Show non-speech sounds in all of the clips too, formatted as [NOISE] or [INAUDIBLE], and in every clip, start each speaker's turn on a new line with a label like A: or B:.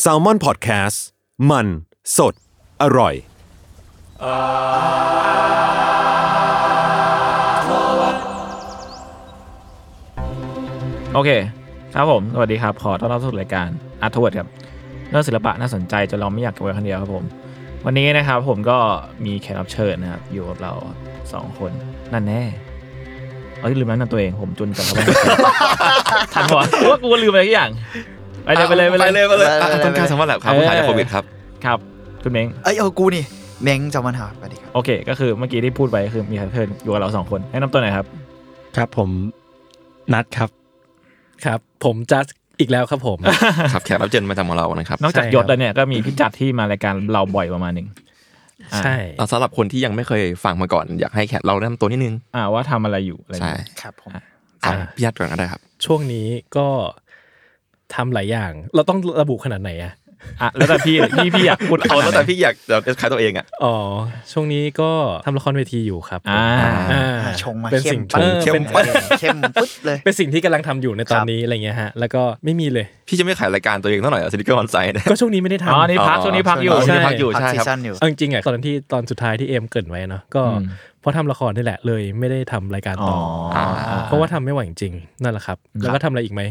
A: แซลมอนพอดแคสต์มันสดอร่อย
B: โอเค ครับผม สวัสดีครับ ขอต้อนรับสู่รายการอาร์ทเวิร์ดครับ เรื่องศิลปะน่าสนใจจนเราไม่อยากเก็บไว้คนเดียวครับผม วันนี้นะครับผมก็มีแขกรับเชิญนะครับ อยู่กับเราสองคน นั่นแน่ เอ้ยลืมแนะนำตัวเองผมจุนจังครับ ทันวะว่ากูลืมอะไรทุกอย่าง ไปเลยไปเลยไปเลย
C: ไปเลย
D: อ่ะต้นกล้าสามารถแลบครับคุณหายจากโควิดครับ
B: ครับ คุณเม้ง
C: เอ้ยเอากูนี่เม้งจอมันหาสวัสดีครับ
B: โอเค ก็คือเมื่อกี้ที่พูดไปก็คือมีแขกรับเชิญอยู่กับเราสองคน แนะนำตัวหน่อยครับ
E: ครับผมนัดครับครับ ผมจัสอีกแล้วครับผม
D: ครับแขกรับเชิญประจำของเรานะครับ
B: นอกจาก
E: ใช่
B: ย
E: ครั
B: ศ
E: บ
B: แล้วเนี่ยก็มีพี่จัดที่มารายการเราบ่อยประมาณหนึ่ง
E: ใช่
D: เอาสำหรับคนที่ยังไม่เคยฟังมาก่อน อยากให้แขกเราแนะนำตัวนิดนึง
B: อ่าว่าทำอะไรอยู่อะไรอย่า
D: ใช่
B: งเงี้ย
E: ครับผม
D: สามพี่ยัดก่อนก็ได้ครับ
E: ช่วงนี้ก็ทำหลายอย่าง เราต้องระบุขนาดไหนอะ
B: อ่ะแล้วแต่ [LAUGHS] พี่พี่พี่อยากพูด
D: เอา
B: ขนดไหน
D: แล้วแต่พี่อยากเดี๋ยวขายตัวเองอ่ะ
E: อ๋อช่วงนี้ก็ทำละครเวทีอยู่ครับ
B: อ่า
E: อ่า
C: อ่าชงมา
E: เป็น
C: เข้
E: สิ่
C: ม
E: ง
C: ปั๊บ
E: ออ
D: เข้ม
E: ป็น
C: ปั๊บเข้มปึ๊บเลย
E: เป็นสิ่งที่กำลังทำอยู่ในตอนนี้อะไรเงี้ยฮะ แล้วก็ไม่มีเลย
D: พี่จะไม่ขายรายการตัวเองเท่าไหร่อ่ะซิลิคอนไซด์
E: ก็ช่วงนี้ไม่ได้
B: อ๋อ
E: ทำ
B: นี่พักช่วงนี้พักอยู่
E: ใช่
D: พักอยู่
C: พัก
D: ใช่
C: ซี
D: ครับ
C: ซั่นอยู่
E: เอาจริงๆอะตอนที่ตอนสุดท้ายที่เอมเกริดไว้เนาะก็
B: อืม
E: เพราะทำละครนี่แหละเลยไม่ได้ทำรายการ
B: อ๋อ
E: ต่อ
B: อ่า
E: อเพราะว่าทำไม่ไหวจริงๆนั่นแหละครับ แล้วก็ทำอะไรอีกไหม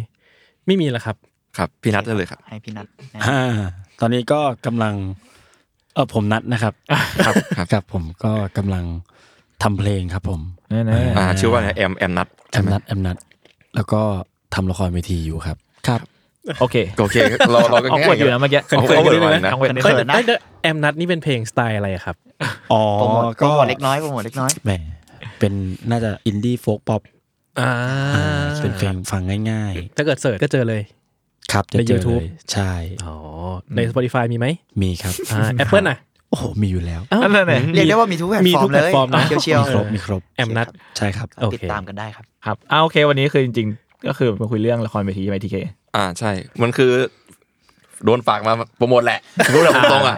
E: ไม่มีแล้วครับ
D: ครับพี่นัทได้เลยครับ
C: ให้พี่นัทนะ
F: อ่าตอนนี้ก็กำลังเออผมนัดนะครับ ครับ
D: ครับ
F: ครับผมก็กำลังทำเพลงครับผม
B: แน่ๆ
D: อ่าชื่อว่าไงแอมแอมนัท
F: แอมนัดแอมนัดแล้วก็ทำละครเวทีอยู่ครับครับ
B: โอเค
D: โอ
B: [LAUGHS]
D: เคเราเราก็
B: เอา
D: แค่
B: กดอยู่นะเมื่อกี้
D: เอากดอยู่นะ
B: เอากดนิด
C: เขิ
B: นึง
C: นนะ
E: เอ้ยเดี๋ยวแอมนัดนี่เป็นเพลงสไตล์อะไรอะครับ
F: อ๋อ
C: โปรโมทโปร
F: ก็
C: โมทเล็กน้อยโปรโมทเล็กน้อย
F: แหมเป็นน่าจะอินดี้โฟกป๊อป
E: อ่า
F: เป็นเพลงฟังง่าย
E: ถ้าเกิดเสิร์ชก็เจอเลย
F: ๆ ครับจะ
E: ใน
F: เจอเล
E: YouTube
F: ยใช่
E: อ๋อ ใน Spotify มีไหม
F: มีครับ
E: อ่า Apple น่ะ
F: โอ้โหมีอยู่แล้ว
B: นั่นแหละเนี่ย
C: เรียกได้ว่ามีทุกแพลต
E: มี
C: ฟอ
E: ทุ
C: ร์ม
E: ก
C: เลย
E: แพลตฟอร์มนะ
C: เชียวเชียว
F: มีครบมีครบ
E: แอมนัด
F: ใช่ครับ
E: โอเค
C: ติดตามกันได้ครับ
B: ครับอ่าโอเค วันนี้คือจริงๆ ก็คือมาคุยเรื่องละครเวทีไอทีเค
D: อ่าใช่ มันคือ โดนฝากมาโปรโมท
B: [LAUGHS]
D: แหละรู้แหละตรงๆอ่ะ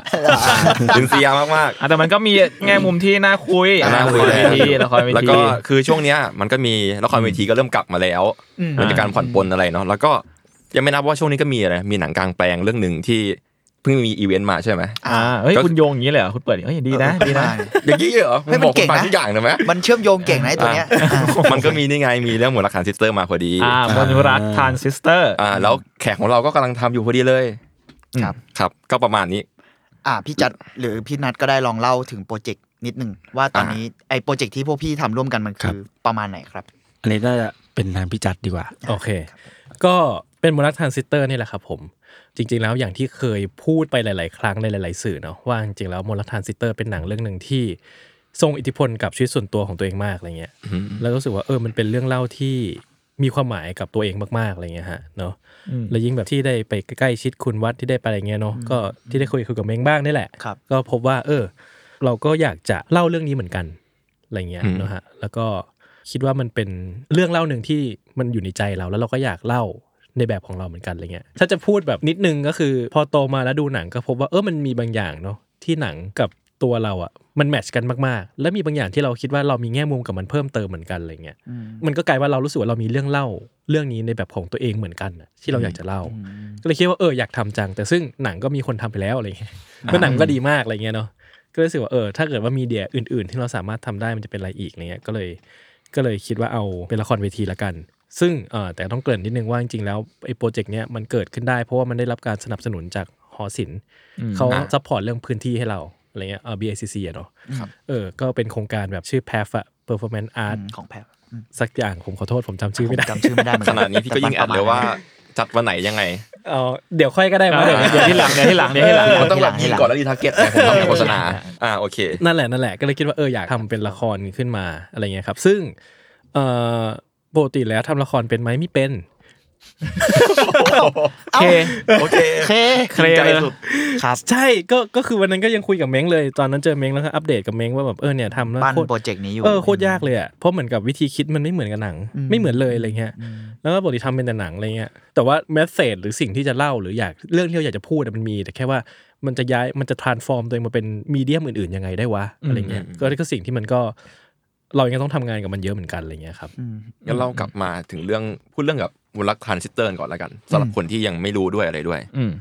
D: ถึงเสียมากๆ
B: อ่ะแต่มันก็มีแง่มุมที่น่าคุย
D: น่าคุย
B: ละครเวทีละครเวที
D: [LAUGHS] แล้วก็คือช่วงเนี้ยมันก็มีละครเวทีก็เริ่มกลับมาแล้วเหมันจะการผ่อนปลนอะไรเนาะแล้วก็ยังไม่นับว่าช่วงนี้ก็มีอะไรมีหนังกลางแปลงเรื่องหนึ่งที่เพิ่งมีอีเวนต์มาใช่ไหม
B: อ่าเฮ้ย
D: ก็
B: คุณโยงอย่างนี้เลยเหรอคุณเปิดอย่างนี้เฮ้ยดีนะดีนะ
D: อย่างนี้เหรอ
C: เฮ้ยมันเก่ง
D: ผบอ
C: นะ
D: คุณฟัทุกอย่างเลยไหม
C: มันเชื่อมโยงเก่งนะไอ้ตัวเนี้ยอ่ะ
D: [LAUGHS] มันก็มีนี่ไงมีเรื่องหมวดรักขานซิสเตอร์มาพอดี
B: อ่ามนรักทานซิสเตอร์
D: อ่าแล้วแขกของเราก็กำลังทำอยู่พอดีเลย
C: ครับ
D: ครับก็ประมาณนี้
C: อ่ะพี่จัดหรือพี่นัทก็ได้ลองเล่าถึงโปรเจกต์นิดหนึ่งว่าตอนนี้ไอ้โปรเจกต์ที่พวกพี่ทำร่วมกันมัน
F: ครับ
C: คือประมาณไหนครับ
F: อันนี้น่าจะเป็นทางพิจัดดีกว่า
E: โอเค ก็เป็นโมนัสทรานซิสเตอร์นี่แหละครับผม จริง ๆ แล้วอย่างที่เคยพูดไปหลาย ๆ ครั้งในหลาย ๆ สื่อเนาะว่าจริง ๆ แล้วโมนัสทรานซิสเตอร์เป็นหนังเรื่องหนึ่งที่ทรงอิทธิพลกับชีวิตส่วนตัวของตัวเองมากอะไรเงี้ย แล้วรู้สึกว่าเออมันเป็นเรื่องเล่าที่มีความหมายกับตัวเองมากๆอะไรเงี้ยฮะเนาะแล้วยิ่งแบบที่ได้ไปใกล้ๆชิดคุณวัดที่ได้ไปอะไรเงี้ยเนาะก็ที่ได้คุยคุยกับเม้งบ้างนี่แหละ
C: ครับ
E: ก็พบว่า เออ เราก็อยากจะเล่าเรื่องนี้เหมือนกันอะไรเงี้ย
D: อืม
E: เนอะฮะแล้วก็คิดว่ามันเป็นเรื่องเล่าหนึ่งที่มันอยู่ในใจเราแล้วเราก็อยากเล่าในแบบของเราเหมือนกันอะไรเงี้ยถ้าจะพูดแบบนิดนึงก็คือ พอโตมาแล้วดูหนังก็พบว่าเออมันมีบางอย่างเนาะที่หนังกับตัวเราอะ่ะมันแมทช์กันมากๆ แล้วมีบางอย่างที่เราคิดว่าเรามีแง่มุมกับมันเพิ่มเติมเหมือนกันอะไรเงี้ยมันก็กลายว่าเรารู้สึกว่าเรามีเรื่องเล่าเรื่องนี้ในแบบของตัวเองเหมือนกันน่ะที่เราอยากจะเล่า ก็เลยคิดว่าเอออยากทำจัง แต่ซึ่งหนังก็มีคนทำไปแล้วอะไรเงี้ยแล้วหนังก็ดีมากอะไรเงี้ยเนาะก็เลยรู้สึกว่าเออถ้าเกิดว่ามีเดียอื่น ๆ ที่เราสามารถทำได้มันจะเป็นอะไรอีกอะไรเงี้ยก็เลยก็เลยคิดว่าเอาเป็นละครเวทีละกัน ซึ่งเอ่อแต่ต้องเกริ่นนิดนึงว่าจริงๆแล้วไอ้โปรเจกต์เนี้ยมันเกิดขึ้นได้เพราะว่ามันได้รับการสนับสนุนจากหอศิลป์เขา
D: อ่า
E: ซัพพอร์ตเรื่องพื้นที่ให้เราอะไรเงี้ยเออ BICC อะเนาะเออก็เป็นโครงการแบบชื่อ PAF อะ Performance
C: อื
E: Art
C: มของแพรอืม
E: สักอย่างผมขอโทษผมจำชื่อ
C: ผม
E: ไม่ได้
C: จำชื่อไม่ได้เหมือ
D: ข
C: กั
D: นาดนี้พี่ก็ยิ่งแอดเลยว่า
C: แต่
D: จัดวันไหนยังไง
E: เออเดี๋ยวค่อยก็ได้มา
B: เดี๋ยวเดี๋ยวที่หลังเดี๋ยวที่หลังเดี๋ยวที่หลัง
D: มันต้องแบบยิงก่อนแล้วรีทาร์เก็ตนะผมทำเป็นโฆษณาอ่าโอเค
E: นั่นแหละนั่นแหละก็เลยคิดว่าเอออยากทำเป็นละครขึ้นมาอะไรเงี้ยครับ ซึ่งเอ่อปกติแล้วทำละครเป็นไหมไม่เป็น
B: โอเค
D: โอเค
C: โอเค
B: เคลียร์เลย
C: ครับ
E: ใช่ก็ก็คือวันนั้นก็ยังคุยกับเม้งเลย ตอนนั้นเจอเม้งแล้วก็อัปเดตกับเม้งว่าแบบเออเนี่ยทำแล้ว
C: ปั้น
E: โคตร
C: โปรเจกต์นี้อยู่
E: เออโคตรยากเลยอ่ะเพราะเหมือนกับวิธีคิดมันไม่เหมือนกับหนัง
C: อืม
E: ไม่เหมือนเลยอะไรเงี้ยแล้วก็บทที่ทำเป็นแต่หนังอะไรเงี้ยแต่ว่าแมสเซจหรือสิ่งที่จะเล่าหรืออยากเรื่องที่เราอยากจะพูดอะมันมี แต่แค่ว่ามันจะย้ายมันจะ transform ตัวเองมาเป็นมีเดียมอื่นๆยังไงได้วะอะไรเงี้ยก็ก็สิ่งที่มันก็เรายังต้องทำงานกับมันเยอะเหมือนกันอะไรเงี้ยครับ
C: อืม
D: งั้นเรากลับมาถึงเรื่องพูดเรื่องกับมูลค่าทรานซิสเตอร์ก่อนละกันสำหรับคนที่ยังไม่รู้ด้วยอะไรด้วย
B: อืม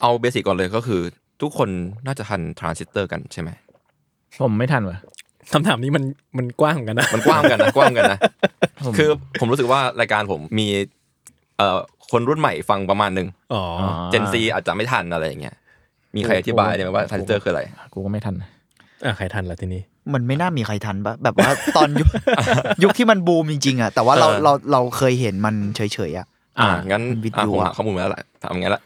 D: เอาเบสิกก่อนเลยก็คือ ทุกคนน่าจะทันทรานซิสเตอร์กันใช่ไหม
B: ผมไม่ทันว่ะ
E: คำถามนี้มันมันกว้างเหมือนกันนะ
D: มันกว้างกันนะกว้างกันนะ คือผมรู้สึกว่ารายการผมมีเอ่อคนรุ่นใหม่ฟังประมาณหนึ่ง
E: อ๋อ
D: เจนซีอาจจะไม่ทันอะไรอย่างเงี้ยมีใครอธิบายได้ไหมว่าทรานซิสเตอร์คืออะไร
B: กูก็ไม่ทัน
E: อ่ะใครทันละทีนี้
C: มันไม่น่ามีใครทันปะแบบว่าตอนยุค ยุคที่มันบูมจริงๆอ่ะแต่ว่าเรา
D: เออ
C: เราเราเคยเห็นมันเฉยๆอ่ะ
D: อ่างั้น
C: วิทยุ
D: อ่ะผมหา
C: อะ
D: ข้อมูลมาแล้วล่ะทำงั้นละ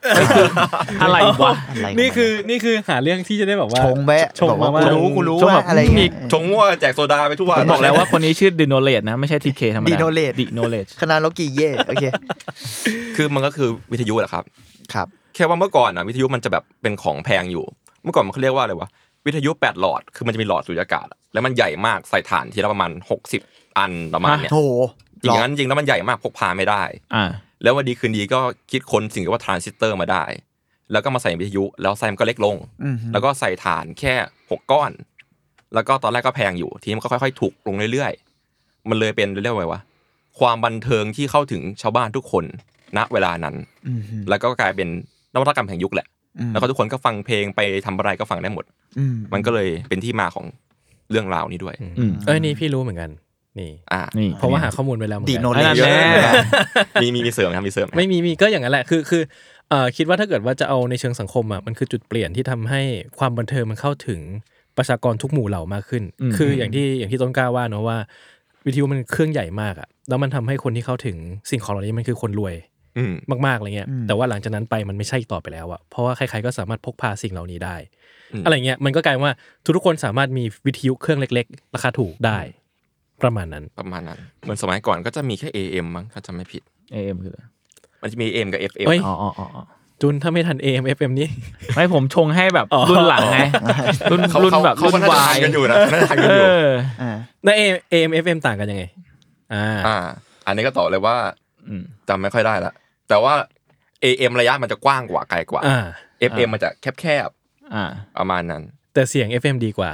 B: อะไรวะ
C: อะไร
E: นี่คือนี่คือหาเรื่องที่จะได้แบบว่า
C: ชงแวะ
E: ชง
C: บอก
E: มา
C: ว่ากู
E: ว่า
C: รู้กูรู้
B: ชง
C: ว่า
B: แบบ
C: อะไรเงี้ย
D: ชงมั่วแจกโซดาไปทั่ว
B: ผมบอกแล้วว่าคนนี้ชื่อดิโนเลตนะ ไม่ใช่ทีเคธรรมดา
C: Dinolate
B: ดิโนเลต
C: คณะโลกีเย่โอเค
D: คือมันก็คือวิทยุแหละครับ
C: ครับ
D: แค่ว่าเมื่อก่อนอะวิทยุมันจะแบบเป็นของแพงอยู่ เมื่อก่อนมันเขาเรียกว่าอะไรวะวิทยุแปดหลอดคือมันจะมีหลอดสุญญากาศอะแล้วมันใหญ่มากใส่ฐานทีละประมาณ 60 อันประมาณเนี้ย
C: โห
D: จริงๆงั้นจริงๆแล้วมันใหญ่มากพกพาไม่ได้
B: อ่า
D: แล้ววันดีคืนดีก็คิดค้นสิ่งที่ว่าทรานซิสเตอร์มาได้ แล้วก็มาใส่วิทยุ แล้วไซส์มันก็เล็กลง
C: อืม
D: แล้วก็ใส่ฐานแค่หกก้อน แล้วก็ตอนแรกก็แพงอยู่ ทีนี้มันก็ค่อยๆ ถูกลงเรื่อยๆ มันเลยเป็นเรียกว่าไงวะความบันเทิงที่เข้าถึงชาวบ้านทุกคนณเวลานั้น
C: อืม
D: แล้วก็กลายเป็นนวัตกรรมแห่งยุคแหละ
C: อืม
D: แล้วก็ทุกคนก็ฟังเพลงไปทำอะไรก็ฟังได้หมด
C: อืม
D: มันก็เลยเป็นที่มาของเรื่องราวนี้ด้วย
B: อืม
E: เอ้ยนี่พี่รู้เหมือนกัน นี่
D: อ่า
B: นี่
E: เพราะว่าหาข้อมูลไปแล้วเหมือ
C: ดี
E: นกัน
C: โน
B: อัน
C: เล
B: นั้น
C: จ
B: แน่
D: มีมีมีเสริมไหมครับมีเสริมไหม
E: ไม่มีมีก็อย่างนั้นแหละคือคือเอ่อคิดว่าถ้าเกิดว่าจะเอาในเชิงสังคมอ่ะมันคือจุดเปลี่ยนที่ทำให้ความบันเทิงมันเข้าถึงประชากรทุกหมู่เหล่ามากขึ้น
B: อืม
E: คืออย่างที่อย่างที่ต้นกล้าว่าเนอะว่า วิทยุมันเครื่องใหญ่มากอ่ะแล้วมันทำให้คนที่เข้าถึงสิ่งของเหล่านี้มันคือคนรวย
D: อืม
E: มากๆอะไรเงี้ย แต่ว่าหลังจากนั้นไปมันไม่ใช่ต่อไปแล้วอะเพราะว่าใครๆก็สามารถพกพาสิ่งเหล่านี้ได้
D: อืม
E: อะไรเงี้ย มันก็กลายว่าทุกๆคนสามารถมีวิทยุเครื่องเล็กๆ ราคาถูกได้ ประมาณนั้น
D: ประมาณนั้นเหมือนสมัยก่อนก็จะมีแค่ AM มั้งถ้าจำไม่ผิด
B: เอ็มคืออะไร
D: มันจะมี AM กับ FM
E: เอ้ย
B: อ๋ออ๋ออ๋ออ๋อ
E: จุนถ้าไม่ทัน AM FM นี่ [LAUGHS]
B: ไม่ผมชงให้แบบรุ่นหลังไง รุ่น
D: เขา
B: รุ่น
D: เขา
B: แบบ
D: เขา
B: รุ่
D: ก็
B: น
D: น่าจะ
B: วา
D: ทาย นกันอยู่นะน่าจะทานกัน
B: เอ
D: อยู่
B: อ
C: อ่า
E: ใน AM FM ต่างกันยังไง อ่า
D: อ่า อันนี้ก็ตอบเลยว่า
B: อืม
D: จำไม่ค่อยได้ละแต่ว่า AM ระยะมันจะกว้างกว่าไกลกว่า
E: อ่า
D: FM มันจะแคบ
B: อ่า
D: ๆประมาณนั้น
E: แต่เสียง FM ดีกว่า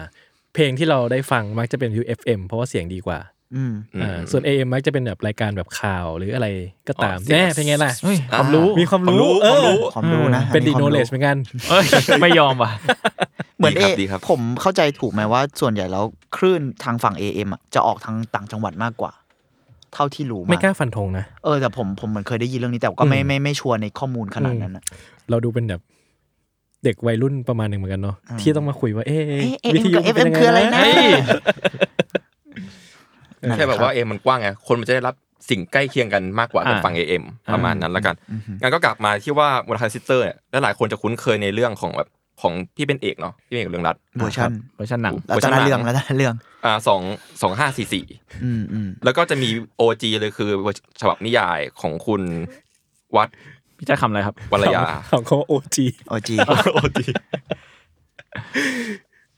E: เพลงที่เราได้ฟังมักจะเป็นวิว FM เพราะว่าเสียงดีกว่า
C: อืม
D: อืม
E: อ่า ส่วน AM มักจะเป็นแบบรายการแบบข่าวหรืออะไรก็ตาม
D: อ๋อ
E: แน่เป็นไงล่ะ
B: เฮ้ย
D: ความรู้
E: มีความรู้
D: ค
E: เอ
D: วาม
E: อ
D: รู้
C: ความรู้นะ
E: เป็นดี
C: อั
E: โน
C: ความ
E: เล
C: รู้
E: จเหมือนกัน
B: เอ้ย ไม่ยอมว่ะ
C: เหมือน
D: ดีค
C: เอ
D: รับดีครับ
C: ผมเข้าใจถูกไหมว่าส่วนใหญ่แล้วคลื่นทางฝั่ง AM อ่ะจะออกทางต่างจังหวัดมากกว่า เท่าที่รู้
E: ไม่
C: มาก
E: ล้าฟันธงนะ
C: เออแต่ผมผมเหมือนเคยได้ยินเรื่องนี้แต่ก็ไม่
E: อืม
C: ไม่ไม่ชัวร์ในข้อมูลขนาดนั้นอะ
E: เราดูเป็นแบบเด็กวัยรุ่นประมาณหนึ่งเหมือนกันเนาะ
C: อ่า
E: ที่ต้องมาคุยว่าเอ๊ะ
C: เอ๊ะ
E: วิ
C: AM
E: ทยุ
C: กับ
E: ป็
C: FM
E: นยังง
C: คืออะไรนะ
D: แค่แบบว่า
C: นั่นแหละครับ
D: AM มันกว้างไงคนมันจะได้รับสิ่งใกล้เคียงกันมากกว่า
B: อ่า
D: กับฝั่ง AM ประมาณนั้นละกันงั้นก็กลับมาที่ว่ามูลค่าทรานซิสเตอร์เนี่ยและหลายคนจะคุ้นเคยในเรื่องของแบบของพี่เป็นเอกเนาะพี่เป็นเอกเรื่องรัฐ
C: เวอร์ชัน
B: เวอร์ชันหนัง
C: แล้ว
D: เวอร์ชั
C: แต่
D: นห
C: ละ
D: นัง
C: เรื่องแล้วแต่ละเรื่อง
D: อ่าสองสองห้าสี่สี่
C: อืมอืม
D: แล้วก็จะมี OG เลยคือเวอร์ฉบับนิยายของคุณวัด
B: พี่จะคำอะไรครับ
D: วรยา
E: ของเขาโอจี
C: โอจี
D: OG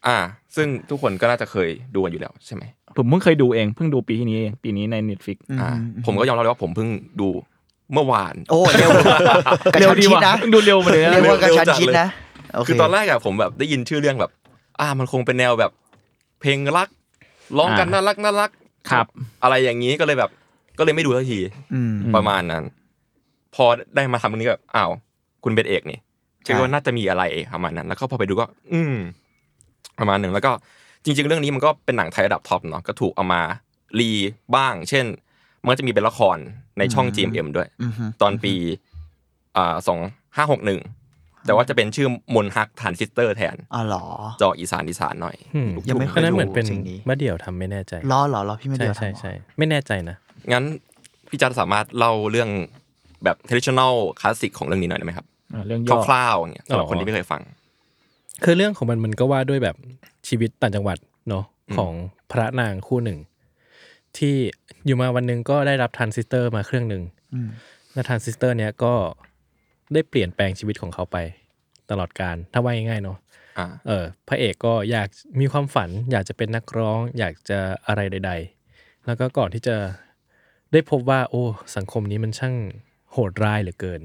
D: อ่า ซึ่งทุกคนก็น่าจะเคยดูกันอยู่แล้วใช่ไหม
B: ผมเพิ่งเคยดูเอง เพิ่งดูปีที่นี้เอง ปีนี้ใน Netflix
D: อ่า ผมก็ยอมรับเลยว่าผมเพิ่งดูเมื่อวาน
C: โอ้ [LAUGHS] เร็วกระ
B: เร็ว
C: ชัน
B: ดี
C: ชิด
B: ว่ะ
C: นะ
B: ดูเร็วมาเลยนะ
C: เร็วกว่ากระ
D: เร็ว
C: ชัน
D: จัด
C: ชิด
D: เลย
C: นะโอเค
D: คือตอนแรกอะผมแบบได้ยินชื่อเรื่องแบบ อ่า มันคงเป็นแนวแบบ เพลงรักร้องกันน่ารักน่ารัก
B: ครับ
D: อะไรอย่างนี้ก็เลยแบบ ก็เลยไม่ดูสักที
C: อืม
D: ประมาณนั้น พอได้มาทำตรงนี้ก็แบบอ้าว คุณเบนเอกนี่คิดว่าน่าจะมีอะไรประมาณนั้น แล้วก็พอไปดูก็ อืม ประมาณหนึ่งแล้วก็จริง ๆ เรื่องนี้มันก็เป็นหนังไทยระดับท็อปเนาะก็ถูกเอามารีบ้าง เช่น มันก็จะมีเป็นละครในช่อง GMM ด้วย
C: อือฮึ
D: ตอนปีอ่าสองห้าหกหนึ่งแต่ว่าจะเป็นชื่อมนฮักฐานซิสเตอร์แทน
C: อ๋อเหรอ
D: จออีสานอีสานหน่อย
E: อืม
D: ลูก
C: ยังไม่
D: ทุ่
C: ค
E: อัน
C: ย
E: นั้น
C: ดู
E: เหมือนเป็น
C: สิ่งนี้
E: มะเดี่ยวทำไม่แน่ใจ
C: ล้อเหรอล้อพี่ไม่
E: ใช่
C: เดียวทำ
E: ใช่
C: เหรอ
E: ใช่ไม่แน่ใจนะ
D: งั้นพี่จันสามารถเล่าเรื่องแบบ traditional classic ของเรื่องนี้หน่อยได้ไหมครับ
B: อ่ะเรื่องย่อ
D: คร่าวๆอย่างเงี้ยสำหรับ
E: อ๋อ
D: คนที่ไม่เคยฟัง
E: คือเรื่องของมันมันก็ว่าด้วยแบบชีวิตต่างจังหวัดเนาะของพระนางคู่หนึ่ง ที่อยู่มาวันหนึ่งก็ได้รับทรานซิสเตอร์มาเครื่องหนึ่ง
C: อืม
E: และทรานซิสเตอร์เนี้ยก็ได้เปลี่ยนแปลงชีวิตของเขาไปตลอดการถ้าว่าง่ายๆเนาะ
D: อ่า
E: เออพระเอกก็อยากมีความฝัน อยากจะเป็นนักร้อง อยากจะอะไรใด ๆ แล้วก็ก่อนที่จะได้พบว่า โอ้ สังคมนี้มันช่างโหดร้ายเหลือเกิน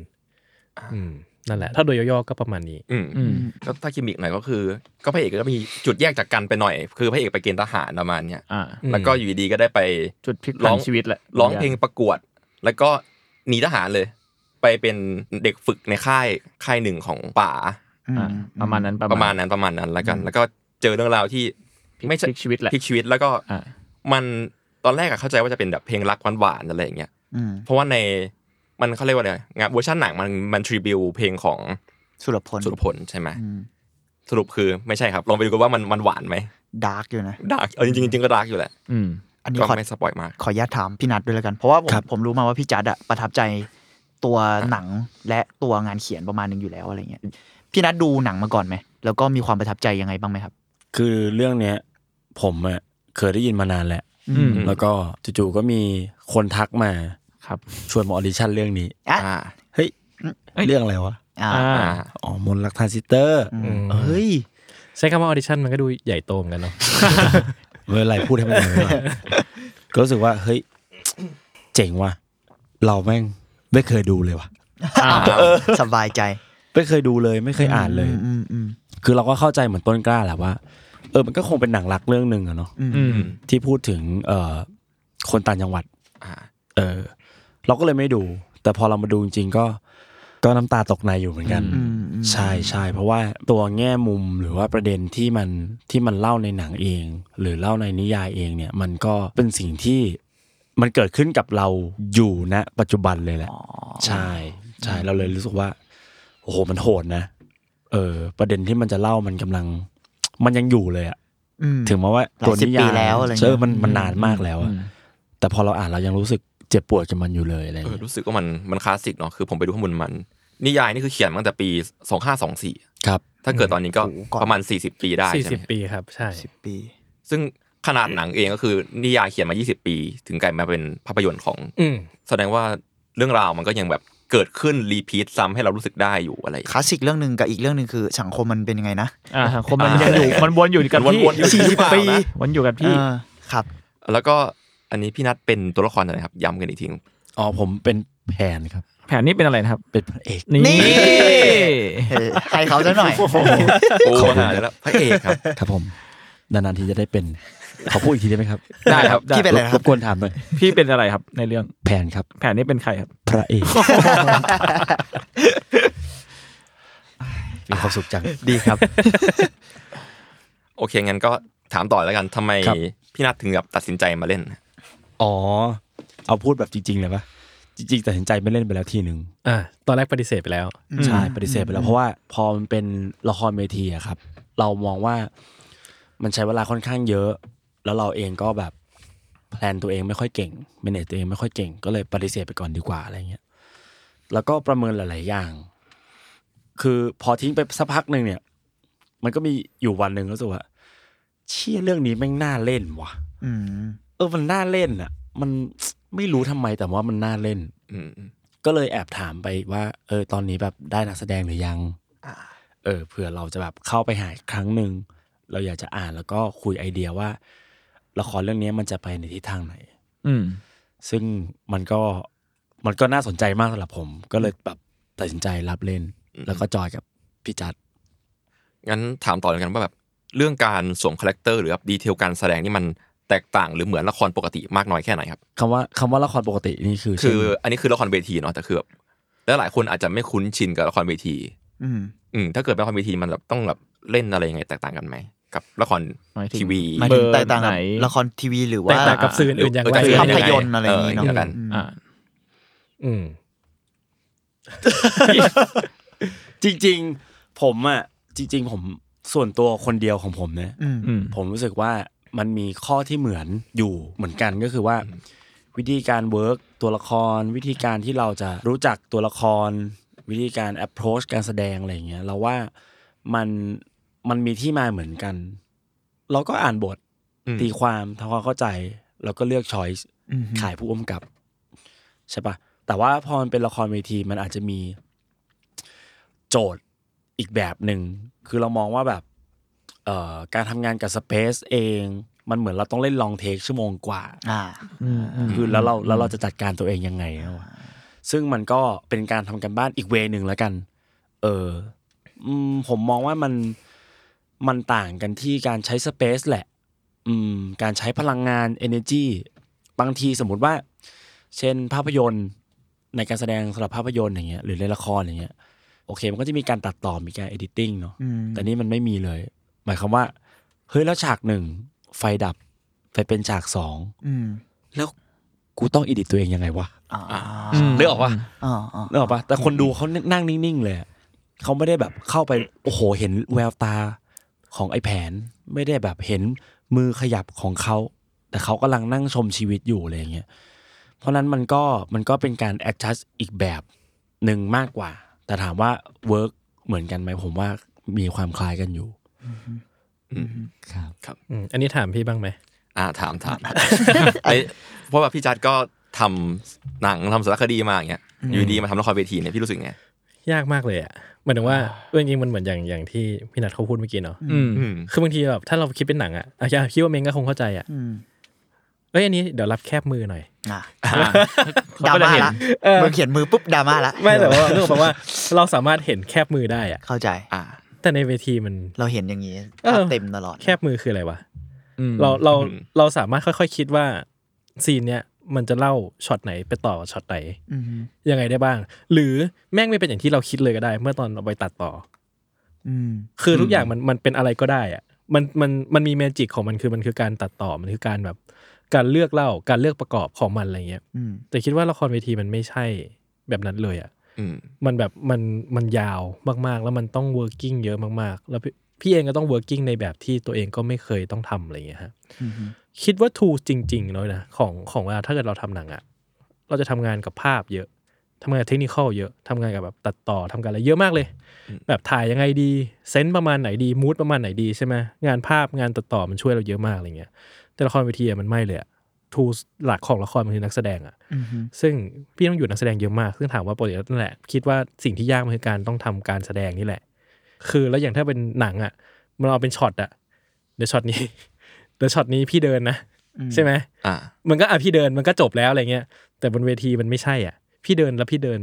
E: อืมนั่นแหละ ถ้าโดยย่อๆก็ประมาณนี้
D: อืม
B: อืม
D: ก็ถ้าคิมมิกหน่อยก็คือ ก็พระเอกก็มีจุดแยกจากกันไปหน่อย คือพระเอกไปเกณฑ์ทหารประมาณเนี้ย
B: อ่า
E: อืม
D: แล้วก็อยู่ดีๆก็ได้ไป
B: จุดพลิกผันชีวิตแหละ
D: ร้องเพลงประกวด แล้วก็หนีทหารเลย ไปเป็นเด็กฝึกในค่ายค่ายหนึ่งของป่า
C: อืม
B: อ่ะประมาณนั้น
D: ประมาณนั้นประมาณนั้นแล้วกัน แล้วก็เจอเรื่องราวที่ไม่
B: ไม่พ
D: ใช่
B: ลิกชีวิตแหละ
D: พลิกชีวิตแล้วก็
B: อ่า
D: มันตอนแรกอะเข้าใจว่าจะเป็นแบบเพลงรักหวานๆอะไรอย่างเงี้ย
C: อืม
D: เพราะว่าในมันเขาเรียกว่าอะไรงานเวอร์ชันหนังมันมันทริบิวเพลงของ
C: สุรพล
D: สุรพลใช่ไหม
C: อืม
D: สรุปคือไม่ใช่ครับ ลองไปดูกันว่ามันมันหวานไหม
C: ดาร์กอยู่นะ
D: ดาร์กเออจริงๆจริงๆก็ดาร์กอยู่แหละ
B: อืม
C: อันนี้
D: ก็
C: ขอ
D: ไม่สปอยมาก
C: ขออนุญาตถามพี่นัทด้วยแล้วกัน เพราะว่าผม
F: ครับ
C: ผมรู้มาว่าพี่จัดอะประทับใจตัวหนังและตัวงานเขียนประมาณหนึงอยู่แล้วอะไรเงี้ยพี่นัทดูหนังมาก่อนไหมแล้วก็มีความประทับใจยังไงบ้างไหมครับ
F: คือเรื่องเนี้ยผมอะเคยได้ยินมานานแล้ว
B: อืม
F: แล้วก็จู่ๆก็มีคนทักมา
B: ครับ
F: ชวนมาออดิชั่นเรื่องนี้
C: อ่ะ
D: อ่า
F: เฮ้ย
B: เอ้ย
F: เรื่องอะไรวะ
C: อ่า
B: อ่า
D: อ่า
F: อ๋อ มนต์รักทรานซิสเตอร์
C: อื
E: อื
C: ม
E: ม
C: เฮ้ย
E: ใช้คำว่าออดิชั่นมันก็ดูใหญ่โตเหมือนกันเนาะ
F: เมื่อไหรพูดให้มันเหมือนหน่อ
B: [LAUGHS]
F: ยก็รู้สึกว่า เฮ้ย เจ๋งว่ะ เราแม่งไม่เคยดูเลยว่ะ
B: อ่า
C: สบายใจ
F: ไม่เคยดูเลย ไม่เคยอ่านเลย
C: อืมอืมอืม
F: คือเราก็เข้าใจเหมือนต้นกล้าแหละว่า เออ มันก็คงเป็นหนังรักเรื่องหนึ่งอะเนาะ
B: อืม
F: ที่พูดถึงเอ่อคนต่างจังหวัด
D: อ่า
F: เออ เราก็เลยไม่ดู แต่พอเรามาดูจริงๆก็ ก็น้ำตาตกในอยู่เหมือนกัน
C: อืมอืม
F: ใช่ใช่เพราะว่าตัวแง่มุมหรือว่าประเด็นที่มันที่มันเล่าในหนังเอง หรือเล่าในนิยายเองเนี่ย มันก็เป็นสิ่งที่มันเกิดขึ้นกับเราอยู่ณปัจจุบันเลยแหละใช่ใช่เราเลยรู้สึกว่าโอ้โหมันโหดนะ เออ ประเด็นที่มันจะเล่ามันกำลัง มันยังอยู่เลยอะ
C: อืม
F: ถึงแม้ว่า
C: หลาย
F: ตัว
C: สิบ
F: นิ
C: ปี
F: ยาย
C: แล้วอะไรเงี้ย
F: เออมันมันนานมากแล้วอะแต่พอเราอ่านเรายังรู้สึกเจ็บปวดกับมันอยู่เลยอะไรอ
D: เอย่างอ
F: เงี้ย
D: รู้สึกว่ามันมันคลาสสิกเนาะคือผมไปดูข้อมูลมัน นิยายนี่คือเขียนมาตั้งแต่ปีสองห้าสองสี่
F: ครับ
D: ถ้าเกิดตอนนี้ก็
C: โอ้โหก่อน
D: ประมาณสี่สิบปีได้
E: สี่
D: ใช่
E: สิบ
D: ไหม
E: ปีครับ ใช่
C: สิบปี
D: ซึ่งขนาดหนังเองก็คือนิยายเขียนมายี่สิบปี ถึงกลายมาเป็นภาพยนตร์ของ
E: อืม
D: แสดงว่าเรื่องราวมันก็ยังแบบเกิดขึ้นรีพีทซ้ำให้เรารู้สึกได้อยู่อะไรอย่าง
C: ค
D: เงี้ย
C: ลาสสิกเรื่องหนึ่งกับอีกเรื่องหนึ่งคือสังคมมันเป็นยังไงนะ
B: อ่าสังคมมันยังอยู่มันวนอยู่กับ
D: มัน
B: ที่
D: วนอยู่หรือเปล่านะ
B: วนอยู่กับที่
C: เออครับ
D: แล้วก็อันนี้พี่นัทเป็นตัวละครอะไรนะครับ ย้ำกันอีกที
F: อ๋อผมเป็นแผนครับ
B: แผนนี้เป็นอะไรนะครับ
F: เป็นพระเอก
B: นี่
C: นี่ เออให้เขาซะหน่อย
D: โอ้หาแล้วพระเอกครับ
F: ครับผมนานๆทีจะได้เป็น ขอพูดอีกทีได้ไหมครับ
B: ได้ครับได้
C: พี่เป็นอะไรนะ
F: ร
C: ครั
F: บบ กวนถามหน่อย
B: พี่เป็นอะไรครับในเรื่อง
F: แผนครับ
B: แผนนี้เป็นใครครับ
F: พระเอกมีความสุขจัง
C: ดีครับ
D: โอเคงั้นก็ถามต่อแล้วกันทำไม
F: ครับ
D: พี่นัทถึงแบบตัดสินใจมาเล่น
F: อ๋อ เอาพูดแบบจริง ๆ เลยปะจริง ๆ ตัดสินใจไม่เล่นไปแล้วทีหนึ่ง
E: อ่า ตอนแรกปฏิเสธไปแล้ว
F: ใช่ปฏิเสธไปแล้ว เพราะว่าพอมันเป็นละครเวทีอะครับ เรามองว่ามันใช้เวลาค่อนข้างเยอะ แล้วเราเองก็แบบแพลนตัวเองไม่ค่อยเก่งเมเนจตัวเองไม่ค่อยเก่ง ก็เลยปฏิเสธไปก่อนดีกว่าอะไรเงี้ยแล้วก็ประเมินหลาย ๆ อย่าง คือพอทิ้งไปสักพักหนึ่งเนี่ย มันก็มีอยู่วันหนึ่งรู้สึกว่าเชี่ยเรื่องนี้แม่งน่าเล่นว่ะ
C: อืม
F: เออ มันน่าเล่นอ่ะ มัน ไม่รู้ทำไมแต่ว่ามันน่าเล่น
D: อืม
F: ก็เลยแอบถามไปว่า เออ ตอนนี้แบบได้นักแสดงหรือยัง เออ เผื่อเราจะแบบเข้าไปหาอีกครั้งหนึ่ง เราอยากจะอ่านแล้วก็คุยไอเดียว่า ละครเรื่องนี้มันจะไปในทิศทางไหน
B: อืม
F: ซึ่งมันก็ มันก็น่าสนใจมากสำหรับผม ก็เลยแบบตัดสินใจรับเล่น แล้วก็จอยกับพี่จัด
D: งั้นถามต่อแล้วกันว่าแบบเรื่องการสวมคาแรคเตอร์หรือแบบดีเทลการแสดงนี่มันแตกต่างหรือเหมือนละครปกติมากน้อยแค่ไหนครับ
F: คำว่าคำว่าละครปกตินี่คือ
D: คือ
F: เช่น
D: อันนี้คือละครเวทีเนาะแต่คือแบบแล้วหลายคนอาจจะไม่คุ้นชินกับละครเวที
C: อืม
D: อืมถ้าเกิดเป็นละครเวทีมันแบบต้องแบบเล่นอะไรยังไงแตกต่างกันไหม กับละคร
B: หมายถึง
D: ทีวี
C: หมายถึง
B: เบอร์
C: แตกต่างกับ
B: ไหน
C: ละครทีวีหรือ
E: แต
C: ว่า
E: กต่างกับสื่ออื่นอย่างไร
D: เออ
C: ภาพยนตร์อะไรอย่างนี้เนาะ
D: เอออย่างนั้น
C: อืม
B: อ่า
E: อืม
F: จริง ๆ ผมอ่ะจริง ๆ ผมส่วนตัวคนเดียวของผมเนี่ย
C: อืม
B: อืม
F: ผมรู้สึกว่ามันมีข้อที่เหมือนอยู่เหมือนกันก็คือว่า วิธีการเวิร์กตัวละคร วิธีการที่เราจะรู้จักตัวละคร วิธีการ approach การแสดงอะไรอย่างเงี้ยเราว่ามันมันมีที่มาเหมือนกัน เราก็อ่านบท
D: อืม
F: ตีความทำความเข้าใจแล้วก็เลือก choice
C: อือฮึ
F: ขายผู้อ้มกับ ใช่ปะแต่ว่าพอมันเป็นละครเวทีมันอาจจะมี โจทย์อีกแบบหนึ่ง คือเรามองว่าแบบเอ่อการทำงานกับสเปซเอง มันเหมือนเราต้องเล่นลองเทคชั่วโมงกว่า
C: อ่า
F: คือแล้วเราแล้วเราจะจัดการตัวเองยังไงวะซึ่งมันก็เป็นการทำกันบ้านอีกเวหนึ่งแล้วกัน เอออืมผมมองว่ามันมันต่างกันที่การใช้สเปซแหละ อืม การใช้พลังงาน energy บางทีสมมุติว่า เช่นภาพยนตร์ในการแสดงสำหรับภาพยนตร์อย่างเงี้ยหรือในละครอย่างเงี้ยโอเค มันก็จะมีการตัดต่อมีการ editing เนาะ
C: อืม
F: แต่นี่มันไม่มีเลย หมายความว่าเฮ้ยแล้วฉากหนึ่งไฟดับไปเป็นฉากสอง
C: อืม
F: แล้วกูต้องอิดิตตัวเองยังไงวะ
C: อ่า
F: นึกออกปะ
C: อ่าอ่า
F: นึกออกปะแต่คนดูเขานั่งนิ่งๆเลยอะเขาไม่ได้แบบเข้าไปโอ้โหเห็นแววตาของไอ้แผน ไม่ได้แบบเห็นมือขยับของเขา แต่เขากำลังนั่งชมชีวิตอยู่อะไรอย่างเงี้ยเพราะนั้นมันก็มันก็เป็นการ adjust อีกแบบหนึ่งมากกว่า แต่ถามว่า work เหมือนกันไหมผมว่ามีความคล้ายกันอยู่
G: ครับ
E: อืมอันนี้ถามพี่บ้างไหม
D: อ่าถามถามไอ้เพราะว่าพี่จัดก็ทำหนังทำสารคดีมาอย่างเงี้ยอยู่ดีมาทำละครเวทีเนี่ยพี่รู้สึกไง
E: ยากมากเลยอ่ะหมายถึงว่าจริงๆมันเหมือนอย่างอย่างที่พี่นัทเขาพูดเมื่อกี้เนาะ
B: อืม
D: อืม
E: คือบางทีแบบถ้าเราคิดเป็นหนังอ่ะอ่ะคิดว่าเมงก็คงเข้าใจอ่ะ
C: อืม
E: เอ้ยอันนี้เดี๋ยวรับแคบมือหน่อย
C: อ่า
B: เขา
C: ดรา
B: ก็จะ
C: ม่า
B: เห็น
C: ละมึงเขียนมือปุ๊บดราม่าละ
E: ไม่แต่ว่าเรื่องแบบว่าเราสามารถเห็นแคบมือได้อ่ะ
C: เข้าใจ
D: อ่า
E: แต่ในเวทีมัน
C: เราเห็นอย่างนี้
E: เออ
C: เต็มตลอด
E: แคบมือคืออะไรวะ
B: อืม
E: เราเรา
D: อืม
E: เราสามารถค่อย ๆ คิดว่าซีนเนี้ยมันจะเล่าช็อตไหนไปต่อช็อตไหน
C: อืม
E: ยังไงได้บ้าง หรือแม่งไม่เป็นอย่างที่เราคิดเลยก็ได้ เมื่อตอนเอาไปตัดต่อ
C: อืม
E: คือทุกอย่างมันมันเป็นอะไรก็ได้อะมันมันมันมีเมจิกของมันคือมันคือการตัดต่อมันคือการแบบ การเลือกเล่าการเลือกประกอบของมันอะไรเงี้ย
C: อืม
E: แต่คิดว่าละครเวทีมันไม่ใช่แบบนั้นเลยอะ
D: อืม
E: มันแบบมันมันยาวมากๆ แล้วมันต้อง working เยอะมากๆ แล้วพี่พี่เองก็ต้อง working ในแบบที่ตัวเองก็ไม่เคยต้องทำอะไรเงี้ยฮะ
C: อืม
E: คิดว่า tools จริงๆเลยนะของของเวลาถ้าเกิดเราทำหนังอะเราจะทำงานกับภาพเยอะทำงานกับเทคนิคอลเยอะทำงานกับแบบตัดต่อทำงานอะไรเยอะมากเลย แบบถ่ายยังไงดีเซนส์ประมาณไหนดีมูดประมาณไหนดีใช่ไหมงานภาพงานตัดต่อมันช่วยเราเยอะมากอะไรเงี้ย แต่ละครเวทีอะมันไม่เลยทูหลักของละครมันคือนักแสดงอะ
C: อืม
E: ซึ่งพี่ต้องอยู่นักแสดงเยอะมาก ซึ่งถามว่าปกติแล้วนั่นแหละ คิดว่าสิ่งที่ยากมันคือการต้องทำการแสดงนี่แหละ คือแล้วอย่างถ้าเป็นหนังอะมันเอาเป็นช็อตอะเดี๋ยวช็อตนี้ [LAUGHS] เดี๋ยวช็อตนี้พี่เดินนะ ใช่ไหม
D: อ่า
E: มันก็อ่ะพี่เดินมันก็จบแล้วอะไรเงี้ย แต่บนเวทีมันไม่ใช่อ่ะ พี่เดินแล้วพี่เดิน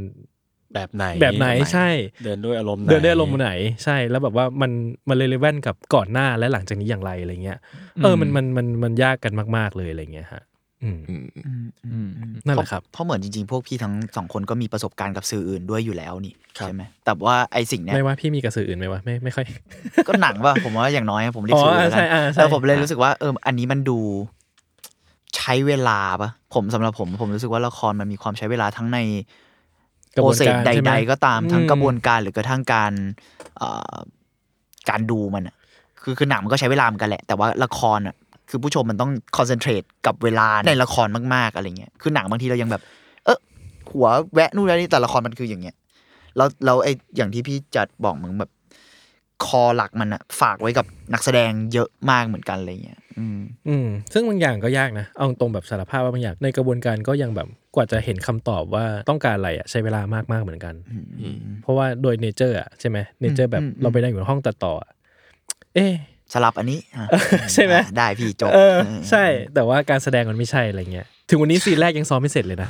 F: แบบไหน
E: แบบไหนใช่
F: เดินด้วยอารมณ์ไหน
E: เดินได้ลมณ์ไหนใช่ แล้วแบบว่ามันมันเลยเลเว่นกับก่อนหน้าและหลังจากนี้อย่างไรอะไรเงี้ย เออ มันมันมันมันยากกันมาก ๆเลยอะไรเงี้ยฮะ อืม
D: อืม
C: อืมอืม
B: อืม
E: นั่นแหละครับ
C: เพราะเหมือนจริงๆ พวกพี่ทั้งสองคนก็มีประสบการณ์กับสื่ออื่นด้วยอยู่แล้วนี่ใช่ไหมแต่ว่าไอสิ่งเนี้ย
E: ไม่ว่าพี่มีกระสืออื่นไหมวะไม่ไม่ค่อย
C: ก็หนังว่าผมว่าอย่างน้อยอะผมเรียก
E: อ๋อ
C: สื่อแล้วกั
E: ใช่
C: น
E: อ่าใช่
C: แต่ผมเลยรู้สึกว่าเอออันนี้มันดูใช้เวลาปะผมสำหรับผมผมรู้สึกว่าละครมันมีความใช้เวลาทั้งใน
E: กระ
C: โปร
E: บวน
C: เซส
E: การ
C: ใ
E: ใช่ไหม
C: ด ๆ ก็ตามทั้ง
E: อืม
C: กระบวนการหรือกระทั่งการเอ่อการดูมันอะคือคือหนังมันก็ใช้เวลาเหมือนกันแหละ แต่ว่าละครอ่ะคือผู้ชมมันต้องคอนเซนเทรตกับเวลาในละครมากๆอะไรเงี้ยคือหนังบางทีเรายังแบบ เออหัวแวะนู่นแวะนี่แต่ละครมันคืออย่างเงี้ยแล้วแล้วไอ้อย่างที่พี่จัดบอกเหมือนแบบ คอหลักมันอะฝากไว้กับนักแสดงเยอะมากเหมือนกันอะไรเงี้ยอืม
E: อืม ซึ่งบางอย่างก็ยากนะ เอาตรงแบบสารภาพว่าบางอย่างในกระบวนการก็ยังแบบกว่าจะเห็นคำตอบว่าต้องการอะไรอ่ะใช้เวลามากๆเหมือนกัน เพราะว่าโดยเนเจอร์อ่ะใช่ไหมเนเจอร์แบบ
C: อืมอืม
E: เราไปนั่งอยู่ในห้องตัดต่ออะเอ๊ะ
C: สลับอันนี้อ่ะ
E: [LAUGHS] ใช่ไหม
C: อ่ะได้พี่จบ
E: เออ
C: เออ
E: ใช่ แต่ว่าการแสดงมันไม่ใช่อะไรเงี้ย ถึงวันนี้ซีนแรกยังซ้อมไม่เสร็จเลยนะ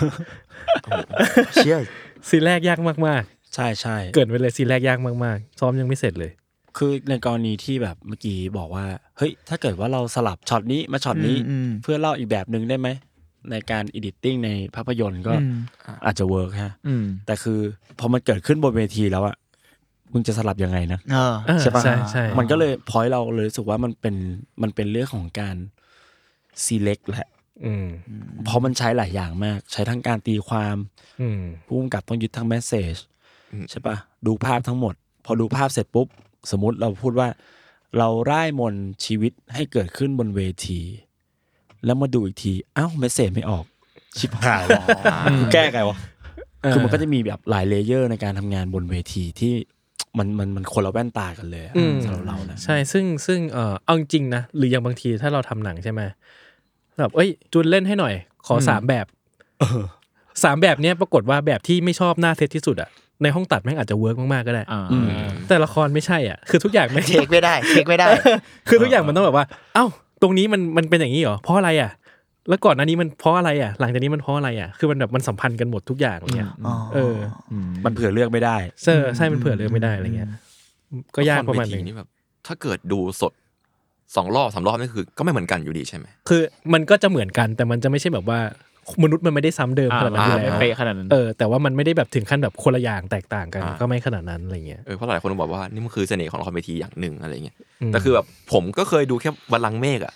C: เชื่อ
E: ซีนแรกยากมาก
F: ใช่ใช่
E: ๆ เกิดไปเลยซีนแรกยากมากๆ ซ้อมยังไม่เสร็จเลย
F: คือในกรณีที่แบบเมื่อกี้บอกว่า เฮ้ย ถ้าเกิดว่าเราสลับช็อตนี้มาช็อตนี้
C: อืมอืม
F: เพื่อเล่าอีกแบบหนึ่งได้ไหม ในการอ d ดิ i ติ้งในภาพยนตร์ก็อาจจะเวิร์กฮะ
B: อืม
F: แต่คือพอมันเกิดขึ้นบนเวทีแล้วอะ มึงจะสลับยังไงนะ
C: เออ
E: เออ
F: ใช่ปะ
E: ใช่ใช่
F: มันก็เลยพอยเราเลยรู้สึกว่ามันเป็นมันเป็นเรื่องของการ select แหละ
E: อืม
F: เพราะมันใช้หลายอย่างมาก ใช้ทั้งการตีความ
E: อืม
F: ผู้กำกับต้องยึดทั้งแมสเซจ
D: อืม
F: ใช่ปะดูภาพทั้งหมด พอดูภาพเสร็จปุ๊บ สมมติเราพูดว่า เราร่ายมนต์ชีวิตให้เกิดขึ้นบนเวที แล้วมาดูอีกที อ้าวเมสเซจไม่ออก ชิบหายแล้วกูแก้ไงวะคือมันก็จะมีแบบหลายเลเยอร์ในการทำงานบนเวทีที่มันมันมันคนละแว่นตากันเลยอะ
E: อืม
F: สำหรับเรานะ
E: ใช่ซึ่งซึ่งเออเอาจริงๆนะ หรืออย่างบางทีถ้าเราทำหนังใช่ไหมแบบเอ้ยจูนเล่นให้หน่อย ขออสามแบบสามแบบเนี้ยปรากฏว่าแบบที่ไม่ชอบหน้าเซตที่สุดอะในห้องตัดแม่งอาจจะเวิร์กมากๆก็ได้
B: อ่า
E: แต่ละครไม่ใช่อ่ะ คือทุกอย่างไม่
C: เช็คไม่ได้เช็คไม่ได้
E: คือทุกอย่างมันต้องแบบว่า เอ้า ตรงนี้มันมันเป็นอย่างนี้เหรอ เพราะอะไรอ่ะ แล้วก่อนหน้านี้มันเพราะอะไรอ่ะ หลังจากนี้มันเพราะอะไรอ่ะ คือมันแบบมันสัมพันธ์กันหมดทุกอย่างอะไรเงี้ย เออ
F: มันเผื่อเลือกไม่ได้
E: เซอร์ใช่มันเผื่อเลือกไม่ได้อะไรเงี้ย ก็ยากประมาณ
D: ละค
E: ห
D: เว
E: นึ
D: ที
E: ง
D: นี่แบบถ้าเกิดดูสดสองรอบสามรอบนี่คือ ก็ไม่เหมือนกันอยู่ดีใช่ไหม
E: คือมันก็จะเหมือนกันแต่มันจะไม่ใช่แบบว่ามนุษย์มันไม่ได้ซ้ำเดิมขนาดนั้นอยู่
B: อ่า
E: แล้
B: ไม่
E: ว
B: เป๊ะขนาดนั้น
E: เออแต่ว่ามันไม่ได้แบบถึงขั้นแบบคนละอย่างแตกต่างกัน
D: อ่า
E: ก็ไม่ขนาดนั้นอะไรเงี้ย
D: เออเพราะหลายคนบอกว่านี่มันคือเสน่ห์ของละครเวทีอย่างหนึ่งอะไรเงี้ย
E: อืม
D: แต่คือแบบผมก็เคยดูแค่บัลลังก์เมฆอะ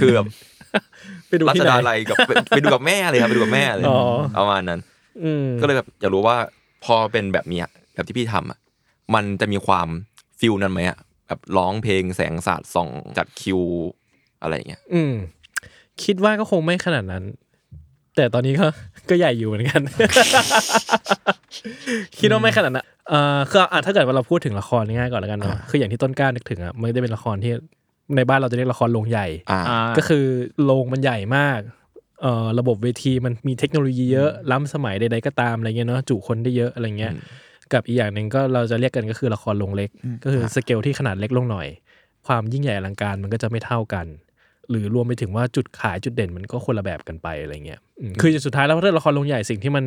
D: คือแบบ
E: ไปดู
D: รั
E: ที่
D: ช
E: ไหน
D: ดาลัยกับไปไปดูกับแม่เลยครับไปดูกับแม่เลย
E: อ๋อ
D: ประมาณนั้น
E: อืม
D: ก็เลยแบบอยากรู้ว่าพอเป็นแบบเนี้ยแบบที่พี่ทำอ่ะมันจะมีความฟิลนั้นไหมอ่ะแบบร้องเพลงแสงสาดส่องจัดคิวอะไรอย่างเงี้ย
E: อืมคิดว่าก็คงไม่ขนาดนั้น แต่ตอนนี้ก็ [LAUGHS] ก็ใหญ่อยู่เหมือนกัน [LAUGHS] คิดว่าไม่ขนาดนั้นเออคืออ่ะถ้าเกิดว่าเราพูดถึงละครง่ายๆก่อนแล้วกันเนาะคืออย่างที่ต้นกล้านึกถึงอ่ะมันจะเป็นละครที่ในบ้านเราจะเรียกละครโรงใหญ่
D: อ่า
B: อ่า
E: ก็คือโรงมันใหญ่มาก เอ่อระบบเวทีมันมีเทคโนโลยีเยอะ ล้ำสมัยใดๆก็ตามอะไรเงี้ยเนาะจุคนได้เยอะอะไรเงี้ย
D: อืม
E: กับอีกอย่างหนึ่งก็เราจะเรียกกันก็คือละครโรงเล็ก ก็คือสเกลที่ขนาดเล็กลงหน่อย ความยิ่งใหญ่อลังการมันก็จะไม่เท่ากัน หรือรวมไปถึงว่าจุดขายจุดเด่นมันก็คนละแบบกันไปอะไรเงี้ยอืมคือสุดท้ายแล้วถ้าละครโรงใหญ่สิ่งที่มัน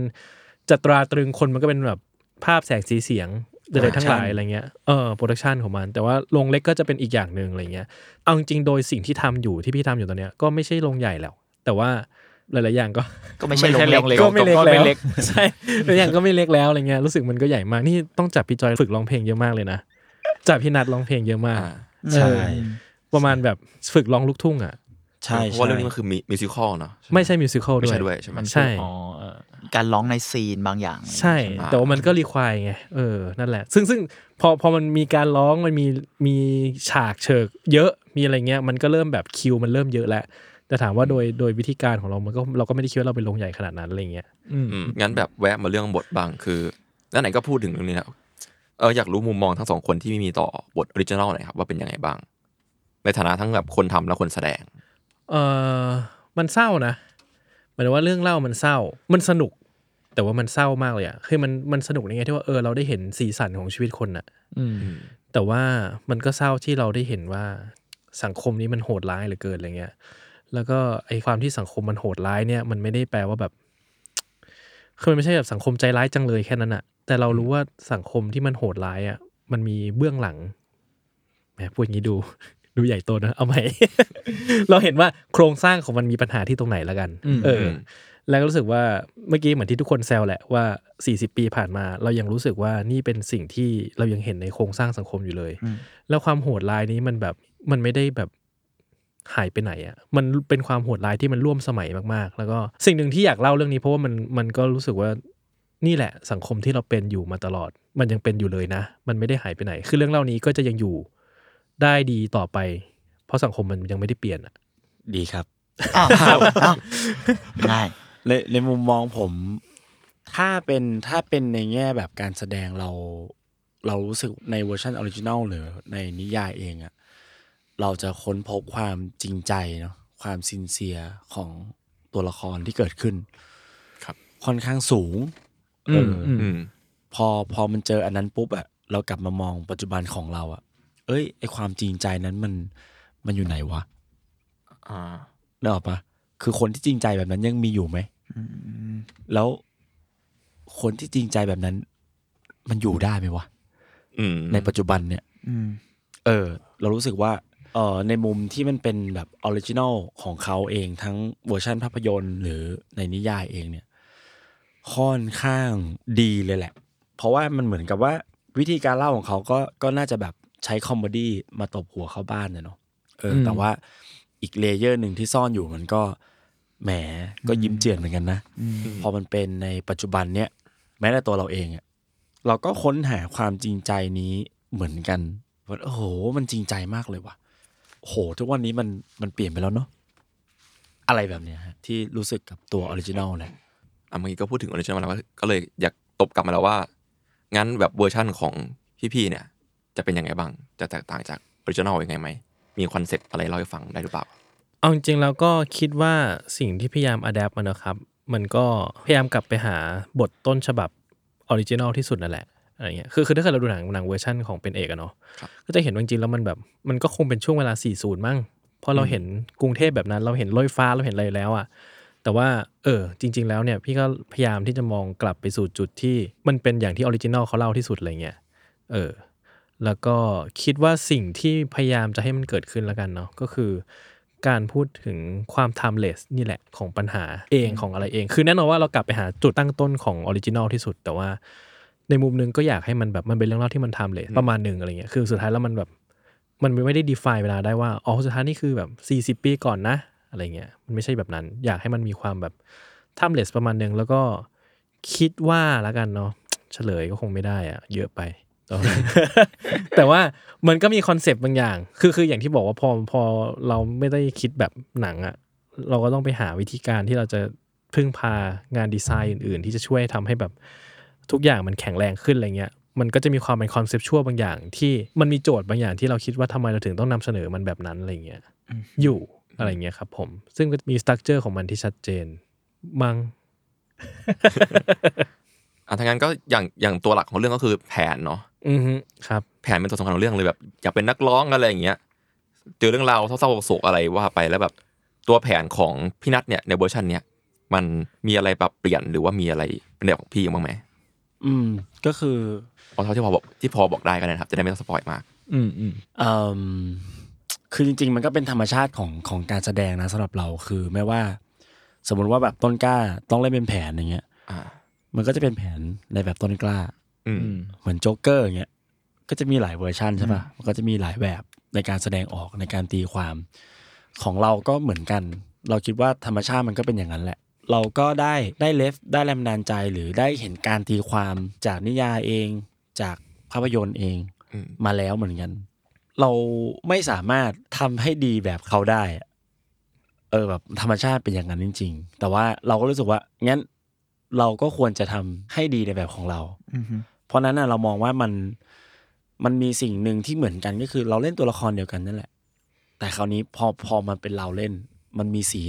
E: จะตราตรึงคนมันก็เป็นแบบภาพแสงสีเสียงใดๆทั้งหลายอะไรเงี้ยเออโปรดักชันของมัน แต่ว่าโรงเล็กก็จะเป็นอีกอย่างหนึ่งอะไรเงี้ย เอาจริงๆโดยสิ่งที่ทำอยู่ที่พี่ทำอยู่ตอนเนี้ยก็ไม่ใช่โรงใหญ่แล้ว แต่ว่าหลายๆอย่างก็
C: ก็ไม่ใช่ลงเล็ก
B: ก็ไม่เล็กแล้ว
E: ใช่หลายอย่างก็ไม่เล็กแล้วอะไรเงี้ยรู้สึกมันก็ใหญ่มากนี่ต้องจับพี่จอยฝึกร้องเพลงเยอะมากเลยนะจับพี่นัดร้องเพลงเยอะมาก
D: อ่า
F: ใช่
E: เออประมาณแบบฝึกร้องลูกทุ่งอ่ะ
F: ใช่
D: เพราะว่าเรื่องนี้มันคือมิมิวสิคอลเนาะ
E: ไม่ใช่มิวสิควล
D: ไม่ใช่ด้วยใช่ไหม
E: ใช่
B: อ๋อเออ
C: การร้องในซีนบางอย่าง
E: ใช่ แต่ว่ามันก็รีควายไง เออ นั่นแหละ ซึ่งซึ่งพอพอมันมีการร้อง มันมีมีฉากเฉิกเยอะ มีอะไรเงี้ย มันก็เริ่มแบบคิวมันเริ่มเยอะแล้ว แต่ถามว่าโดยโดยวิธีการของเรา มันก็เราก็ไม่ได้คิดว่าเราเป็นโรงใหญ่ขนาดนั้นอะไรเงี้ย อืม
D: อืมงั้นแบบแวะมาเรื่องบทบางคือแล้วไหนก็พูดถึงเรื่องนี้แล้วเอออยากรู้มุมมองทั้งสองคนที่มีต่อบทออริจินอลหน่อยครับว่าเป็นยังไงบ้าง ในฐานะทั้งแบบคนทำและคนแสดง
E: เออมันเศร้านะหมายถึงว่าเรื่องเล่ามันเศร้า มันสนุก แต่ว่ามันเศร้ามากเลยอะคือมันมันสนุกในแง่ที่ว่าเออเราได้เห็นสีสันของชีวิตคนอะ
B: อืม
E: แต่ว่ามันก็เศร้าที่เราได้เห็นว่าสังคมนี้มันโหดร้ายเหลือเกินอะไรเงี้ย แล้วก็ไอความที่สังคมมันโหดร้ายเนี่ย มันไม่ได้แปลว่าแบบ คือมันไม่ใช่แบบสังคมใจร้ายจังเลยแค่นั้นอะแต่เรารู้ว่าสังคมที่มันโหดร้ายอะมันมีเบื้องหลังแหมพูดอย่างนี้ดู ดูใหญ่โตนะ เอาใหม่ [LAUGHS] เราเห็นว่าโครงสร้างของมันมีปัญหาที่ตรงไหนแล้วกัน เออ แล้วก็รู้สึกว่าเมื่อกี้เหมือนที่ทุกคนแซวแหละว่า 40 ปีผ่านมา เรายังรู้สึกว่านี่เป็นสิ่งที่เรายังเห็นในโครงสร้างสังคมอยู่เลย
C: อืม
E: แล้วความโหดร้ายนี้มันแบบมันไม่ได้แบบหายไปไหนอะ่ะ มันเป็นความโหดร้ายที่มันร่วมสมัยมากๆ แล้วก็สิ่งหนึ่งที่อยากเล่าเรื่องนี้เพราะว่ามันมันก็รู้สึกว่านี่แหละสังคมที่เราเป็นอยู่มาตลอด มันยังเป็นอยู่เลยนะ มันไม่ได้หายไปไหน คือเรื่องเล่านี้ก็จะยังอยู่ได้ดีต่อไป เพราะสังคมมันยังไม่ได้เปลี่ยนอะ
F: ดีครับ
C: อ้าวอ้าวอ้าวง่าย
F: ในในมุมมองผม ถ้าเป็นถ้าเป็นในแง่แบบการแสดงเรา เรารู้สึกในเวอร์ชันออริจินัลหรือในนิยายเองอะเราจะค้นพบความจริงใจเนาะความซินเซียของตัวละครที่เกิดขึ้น
D: ครับ
F: ค่อนข้างสูงเอออ
D: อืม
F: พอพอมันเจออันนั้นปุ๊บอะเรากลับมามองปัจจุบันของเราอะเอ้ยไอความจริงใจนั้นมันมันอยู่ไหนวะ
D: อ่า
F: นึกออกปะคือคนที่จริงใจแบบนั้นยังมีอยู่ไหมแล้วคนที่จริงใจแบบนั้น มันอยู่ได้ไหมวะ
D: อืม
F: ในปัจจุบันเนี่ยเออ เรารู้สึกว่าเออในมุมที่มันเป็นแบบออริจินอลของเขาเองทั้งเวอร์ชันภาพยนตร์หรือในนิยายเองเนี่ย ค่อนข้างดีเลยแหละ เพราะว่ามันเหมือนกับว่า
E: วิธีการเล่าของเขาก็ก็น่าจะแบบใช้คอมเมดี้มาตบหัวเข้าบ้านเนี่ยเนาะเอออ
H: ม
E: แต่ว่าอีกเลเยอร์หนึ่งที่ซ่อนอยู่มันก็แหมก็ยิ้มเจียนเหมือนกันนะ พอมันเป็นในปัจจุบันเนี่ย แม้แต่ตัวเราเองอะเราก็ค้นหาความจริงใจนี้เหมือนกันว่าโอ้โห มันจริงใจมากเลยว่ะโอ้โห ทุกวันนี้มันมันเปลี่ยนไปแล้วเนาะอะไรแบบเนี้ยฮะที่รู้สึกกับตัวออริจินอลแหละ
D: อ่ะเมื่อกี้ก็พูดถึงออริจินอลแล้วก็เลยอยากตบกลับมาแล้วว่า งั้นแบบเวอร์ชั่นของพี่ๆเนี่ย จะเป็นยังไงบ้าง จะแตกต่างจากออริจินอลยังไงไหม มีคอนเซ็ปต์อะไรเล่าให้ฟังได้หรือเปล่า
B: เอาจริงๆแล้วก็คิดว่าสิ่งที่พยายามอัดแอปมันนะครับ มันก็พยายามกลับไปหาบทต้นฉบับออริจินอลที่สุดนั่นแหละอะไรเงี้ยคือคือถ้าเกิดเราดูหนังหนังเวอร์ชั่นของเป็นเอกอะเนาะ
D: ครับ
B: ก็จะเห็นว่าจริงๆแล้วมันแบบมันก็คงเป็นช่วงเวลา 40 มั้งเพราะเราเห็นกรุงเทพแบบนั้น เราเห็นลอยฟ้าเราเห็นอะไรแล้วอะแต่ว่าเออจริง ๆ แล้วเนี่ยพี่ก็พยายามที่จะมองกลับไปสู่จุดที่มันเป็นอย่างที่ออริจินอลเขาเล่าที่สุดอะไรเงี้ยเออ แล้วก็คิดว่าสิ่งที่พยายามจะให้มันเกิดขึ้นแล้วกันเนาะก็คือ [LAUGHS] การพูดถึงความ timeless นี่แหละของปัญหาเองของอะไรเอง คือแน่นอนว่าเรากลับไปหาจุดตั้งต้นของออริจินอลที่สุด แต่ว่าในมุมหนึงก็อยากให้มันแบบมันเป็นเรื่องเล่าที่มัน timeless ประมาณหนึ่งอะไรเงี้ยคือสุดท้ายแล้วมันแบบ มันไม่ได้ define เวลาได้ว่าอ๋อสุดท้ายนี่คือแบบ 40 ปีก่อนนะ อะไรเงี้ยมันไม่ใช่แบบนั้น อยากให้มันมีความแบบ timeless ประมาณหนึ่งแล้วก็คิดว่าแล้วกันเนาะเฉลยก็คงไม่ได้อะเยอะไป แต่ว่ามันก็มีคอนเซปต์บางอย่าง คือคืออย่างที่บอกว่าพอพอเราไม่ได้คิดแบบหนังอะ เราก็ต้องไปหาวิธีการที่เราจะพึ่งพางานดีไซน์อื่น ๆ ที่จะช่วยทำให้แบบทุกอย่างมันแข็งแรงขึ้นอะไรเงี้ย มันก็จะมีความเป็นคอนเซปชวลบางอย่างที่มันมีโจทย์บางอย่างที่เราคิดว่าทำไมเราถึงต้องนำเสนอมันแบบนั้นอะไรเงี้ยอยู่อะไรเงี้ยครับผม ซึ่งก็มีสตั๊กเจอร์ของมันที่ชัดเจนมัง
D: อ่ะทั้างนั้นก็อย่างอย่างตัวหลักของเรื่องก็คือแผนเนาะ
B: อือฮึครับ
D: แผนเป็นตัวสำคัญของเรื่องเลยแบบอยากเป็นนักร้องอะไรอย่างเงี้ยเจอเรื่องราวเศร้าๆโศกอะไรว่าไปแล้วแบบตัวแผนของพี่นัทเนี่ยในเวอร์ชันเนี้ยมันมีอะไรปรับเปลี่ยนหรือว่ามีอะไรเป็นแบบของพี่บ้างไหม
E: อืม ก็คือ
D: เอาเท่าที่พอบอกที่พอบอกได้กันนะครับจะได้ไม่ต้องสปอยมาก
H: อืมอืม
E: เอิ่มคือจริงๆ มันก็เป็นธรรมชาติของของการแสดงนะสำหรับเราคือไม่ว่า สมมติว่าแบบต้นกล้าต้องเล่นเป็นแผนอย่างเงี้ย
D: อ่า
E: มันก็จะเป็นแผนในแบบต้นกล้า
D: อืม
H: อืม
E: เหมือนโจ๊กเกอร์อย่างเงี้ยก็จะมีหลายเวอร์ชันใช่ปะมันก็จะมีหลายแบบในการแสดงออกในการตีความของเราก็เหมือนกัน เราคิดว่าธรรมชาติมันก็เป็นอย่างนั้นแหละ เราก็ได้ได้เลฟได้แรงบันดาลใจหรือได้เห็นการตีความจากนิยายเอง จากภาพยนตร์เอง
D: อืม
E: มาแล้วเหมือนกัน เราไม่สามารถทำให้ดีแบบเขาได้อะเออแบบธรรมชาติเป็นอย่างนั้นจริง ๆ แต่ว่าเราก็รู้สึกว่างั้นเราก็ควรจะทำให้ดีในแบบของเรา เพราะฉะนั้นน่ะเรามองว่ามันมันมีสิ่งหนึ่งที่เหมือนกันก็คือเราเล่นตัวละครเดียวกันนั่นแหละ แต่คราวนี้พอพอมันเป็นเราเล่น มันมีสี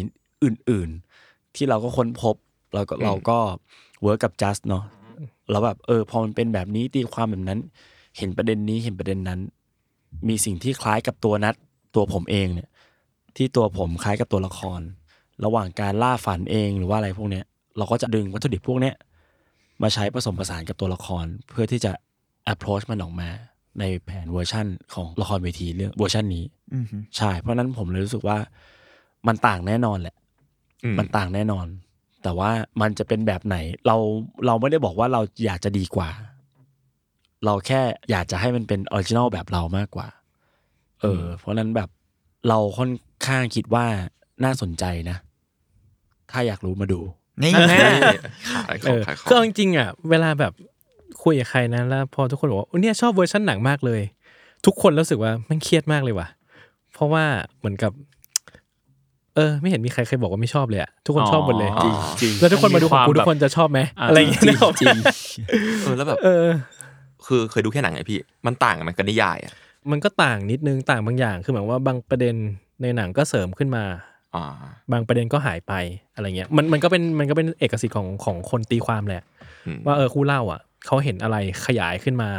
E: อื่น ๆ ที่เราก็ค้นพบเราก็เราก็เวิร์กกับจัสเนาะแล้วแบบเออพอมันเป็นแบบนี้ตีความแบบนั้น เห็นประเด็นนี้เห็นประเด็นนั้น มีสิ่งที่คล้ายกับตัวนัดตัวผมเองเนี่ย ที่ตัวผมคล้ายกับตัวละคร ระหว่างการล่าฝันเองหรือว่าอะไรพวกเนี้ย เราก็จะดึงวัตถุดิบพวกเนี้ย มาใช้ผสมผสานกับตัวละคร เพื่อที่จะ approach มันออกมา ในแผนเวอร์ชั่นของละครเวทีเรื่องเวอร์ชันนี้ใช่ เพราะฉะนั้นผมเลยรู้สึกว่ามันต่างแน่นอนแหละ
D: อืม
E: มันต่างแน่นอน แต่ว่ามันจะเป็นแบบไหน เราเราไม่ได้บอกว่าเราอยากจะดีกว่า เราแค่อยากจะให้มันเป็นออริจินอลแบบเรามากกว่า เออ เพราะฉะนั้นแบบเราค่อนข้างคิดว่าน่าสนใจนะ ถ้าอยากรู้มาดู
C: นี่
D: ขายข
B: เอ
D: อง
B: อ
D: ขายขอ
B: ก็เอา
D: ง
B: จริงๆอ่ะเวลาแบบคุยกับใครนะแล้วพอทุกคนบอกว่าโอ้เนี่ยชอบเวอร์ชันหนังมากเลย ทุกคนรู้สึกว่ามันเครียดมากเลยว่ะ เพราะว่าเหมือนกับ เออ ไม่เห็นมีใครเคยบอกว่าไม่ชอบเลยอ่ะทุกคนชอบหมดเลย
H: อ๋อจริง
E: จริง
B: แล้วทุกคนมาดูของกู
H: มันมีความ
B: ทุกคนจะชอบไหม
H: อ่า
B: อะไรอย่างเงี้ยนึกออกไหม
D: เออแล้วแบบ
B: เออ
D: คือเคยดูแค่หนังไงพี่ มันต่างกันไหมกับนิยายอ่ะ
B: มันก็ต่างนิดนึงต่างบางอย่าง คือหมายว่าบางประเด็นในหนังก็เสริมขึ้นมา
D: อ่า
B: บางประเด็นก็หายไปอะไรเงี้ยมันมันก็เป็นมันก็เป็นเอกสิทธิ์ของของคนตีความแหละ
D: อืม
B: ว่าเออคู่เล่าอ่ะเขาเห็นอะไรขยายขึ้นมา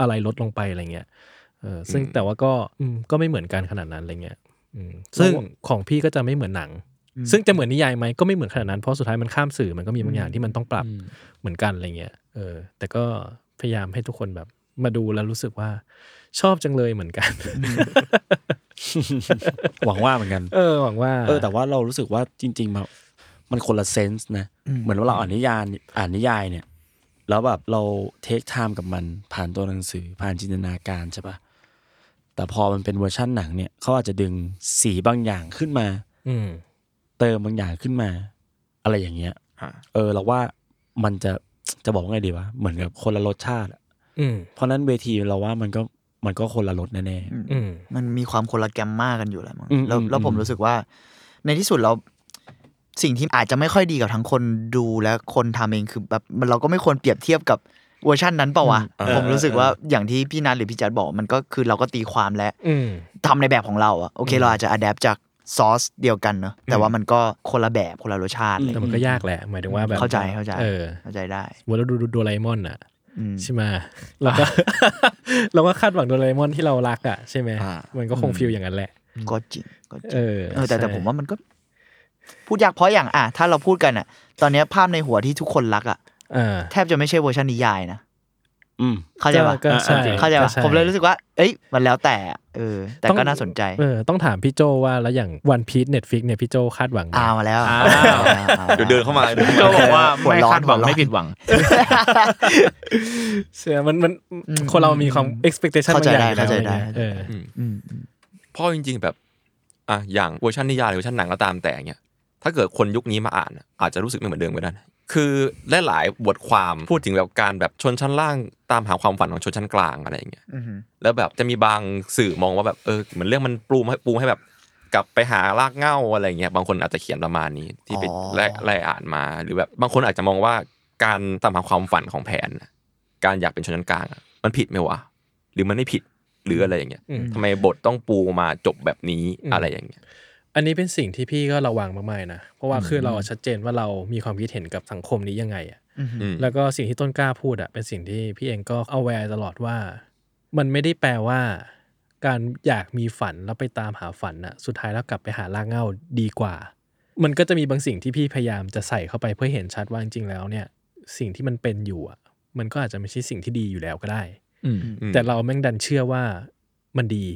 B: อะไรลดลงไปอะไรเงี้ยเออซึ่งแต่ว่าก็อืมก็ไม่เหมือนกันขนาดนั้นอะไรเงี้ยอืมซึ่งของพี่ก็จะไม่เหมือนหนัง ซึ่งจะเหมือนนิยายไหมก็ไม่เหมือนขนาดนั้นเพราะสุดท้ายมันข้ามสื่อมันก็มีบางอย่างที่มันต้องปรับเหมือนกันอะไรเงี้ยเออ แต่ก็พยายามให้ทุกคนแบบมาดูแล้วรู้สึกว่าชอบจังเลยเหมือนกัน
F: [LAUGHS]
E: หวังว่าเหมือนกัน
B: เออหวังว่า
E: เออแต่ว่าเรารู้สึกว่าจริงๆมันมันคนละเซนส์นะ เหมือนว่าเราอ่านนิยายอ่านนิยายเนี่ย
F: แล้วแบบเราเทคไทม์กับมันผ่านตัวหนังสือผ่านจินตนาการใช่ปะแต่พอมันเป็นเวอร์ชั่นหนังเนี่ยเขาอาจจะดึงสีบางอย่างขึ้นมา
E: อืม
F: เติมบางอย่างขึ้นมา อะไรอย่างเงี้ย
D: อ่า
F: เออเราว่ามันจะจะบอกว่าไงดีวะเหมือนกับคนละรสชาติอะ
E: อืม
F: เพราะนั้นเวทีเราว่ามันก็มันก็คนละรสแน่
E: อืม
C: มันมีความคนละแกมมากันอยู่แล้วมั้ง
F: อืม
C: แล้ว
F: อืม
C: แล้วผม
F: อืม
C: รู้สึกว่า ในที่สุดเราสิ่งที่อาจจะไม่ค่อยดีกับทั้งคนดูและคนทำเองคือแบบมันเราก็ไม่ควรเปรียบเทียบกับเวอร์ชั่นนั้นเปล่าวะ
D: อืมเออ
C: ผมรู้สึกว่าอย่างที่พี่นัทหรือพี่จัดบอกมันก็คือเราก็ตีความและ
E: อืม
C: ทำในแบบของเราอะโอเคเราอาจจะอัดแอปจากซอสเดียวกันเนอะแต่ว่ามันก็คนละแบบคนละรสชาติอะไรอ
E: แต่
C: ย่าง
E: มั
C: เงี้ย
E: นก็ยากแหละ หมายถึงว่าแบบ
C: เข้าใจเข้าใจ
E: เออ
C: เข้าใจได้
E: วันเราดูดูโดราเอมอนอ่ะ
C: อืม
E: ใช่ไหมเราก็ [LAUGHS] เราก็คาดหวังโดราเอมอนที่เรารักอ่ะใช่ไหม
D: อ่า
E: มันก็คงฟิลอย่างนั้นแหละ
C: ก็จริงก็จริง
E: เออ
C: เออแต่แต่
E: ใช่
C: ผมว่ามันก็ พูดยากเพราะอย่างอ่ะถ้าเราพูดกันอ่ะ ตอนเนี้ยภาพในหัวที่ทุกคนรักอ่ะ
E: เออ
C: แทบจะไม่ใช่เวอร์ชันนิยายนะ
F: ๆอืม
C: เข้าใจปะ
E: ก็ก็ใช่
C: เข้าใจ
E: ก็
C: ปะ
E: ใช่
C: ผมเลยรู้สึกว่า เอ้ย มันแล้วแต่อ่ะเออ แต่
E: ต้อง
C: ก็น่าสนใจ
E: เออต้องถามพี่โจว่าแล้วอย่างวันพี e เน็ตฟิกเนี่ยพี่โจคาดหวังไหม
C: อ้าวมาแล้ว
B: อ้าว
C: อ้าว
D: เดี๋ยวเดินเข้ามาเดินเข้า
B: ก็บ
D: มา
B: อกว่า
C: หัว
B: ไม่
C: ร้อน
B: คาดหวัง
C: ร้อน
B: ไม่ผิดหวัง
E: เชื่อมันมัน
C: อืม
E: คนเรามีความ expectation บางอย่างอยู่แล้ว
C: เข้าใจ
E: อะไร
C: ได้เข้าใจ
E: เงี้ย
C: ได้
E: เออ
C: อืม
D: เพราะจริงๆแบบอ่ะอย่างเวอร์ชันนิยายหรือเวอร์ชันหนังก็ตามแต่เนี้ยถ้าเกิดคนยุคนี้มาอ่านอะอาจจะรู้สึกไม่เหมือนเดิมก็ได้นะคือหลายๆบทความพูดถึงแบบการแบบชนชั้นล่างตามหาความฝันของชนชั้นกลางอะไรอย่างเงี้ย
C: อือหือ
D: แล้วแบบจะมีบางสื่อมองว่าแบบเออเหมือนเรื่องมันปลูมให้ปูให้แบบ กลับไปหารากเหง้าอะไรเงี้ยบางคนอาจจะเขียนประมาณนี้ที่ไป
C: อ๋อ
D: ไล่ไล่อ่านมา หรือแบบบางคนอาจจะมองว่าการตามหาความฝันของแผนน่ะการอยากเป็นชนชั้นกลางอะมันผิดไหมวะหรือมันไม่ผิดหรืออะไรอย่างเงี้ย
E: อืม
D: ทำไมบทต้องปูมาจบแบบนี้
E: อืม
D: อะไรอย่างเงี้ย
E: อันนี้เป็นสิ่งที่พี่ก็ระวังมากๆนะ เพราะว่าคือเราชัดเจนว่าเรามีความคิดเห็นกับสังคมนี้ยังไงอ่ะ
C: อืม
D: อืม
E: แล้วก็สิ่งที่ต้นกล้าพูดอ่ะเป็นสิ่งที่พี่เองก็เอาแวร์ตลอดว่า มันไม่ได้แปลว่า การอยากมีฝันแล้วไปตามหาฝันน่ะสุดท้ายแล้วกลับไปหารากเหง้าดีกว่า มันก็จะมีบางสิ่งที่พี่พยายามจะใส่เข้าไปเพื่อเห็นชัดว่าจริงๆแล้วเนี่ย สิ่งที่มันเป็นอยู่อ่ะมันก็อาจจะไม่ใช่สิ่งที่ดีอยู่แล้วก็ได้
B: อืม
D: อืม
E: แต่เราแม่งดันเชื่อว่ามันดี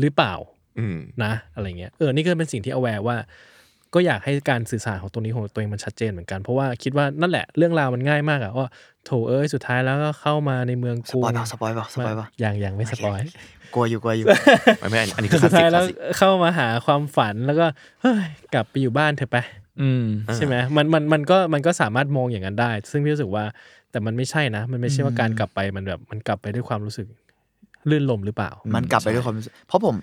E: หรือเปล่า
D: อืม
E: นะอะไรเงี้ยเออนี่ก็เป็นสิ่งที่ aware ว่า ก็อยากให้การสื่อสารของตัวนี้ของตัวเองมันชัดเจนเหมือนกัน เพราะว่าคิดว่านั่นแหละเรื่องราวมันง่ายมากอะว่าโถเอ้ยสุดท้ายแล้วก็เข้ามาในเมือง
C: ส
E: กรุง
C: ปอยเปล่าสปอยเปล่าสปอยเปล่า
E: ยังยังไม่สปอย
C: กลัวอยู่กลัวอยู่
D: ไม่ไม่อันนี้อันนี้คือค
E: สุ
D: ลา
E: ด
D: สสิก
E: ท้าย
D: ค
E: แล้
D: ลาว สสิก
E: เข้ามาหาความฝันแล้วก็เฮ้ยกลับไปอยู่บ้านเถอะไป
B: อืม
D: อ่า
E: ใช่ไหมมันมันมันก็มันก็สามารถมองอย่างนั้นได้ ซึ่งพี่รู้สึกว่าแต่มันไม่ใช่นะ มันไม่ใช่ว่าการกลับไปมันแบบมันกลับไปด้วยความรู้สึกลื่นลมหรือเปล่า
C: มันกลับไปด้วยความรู้สึกเพราะผม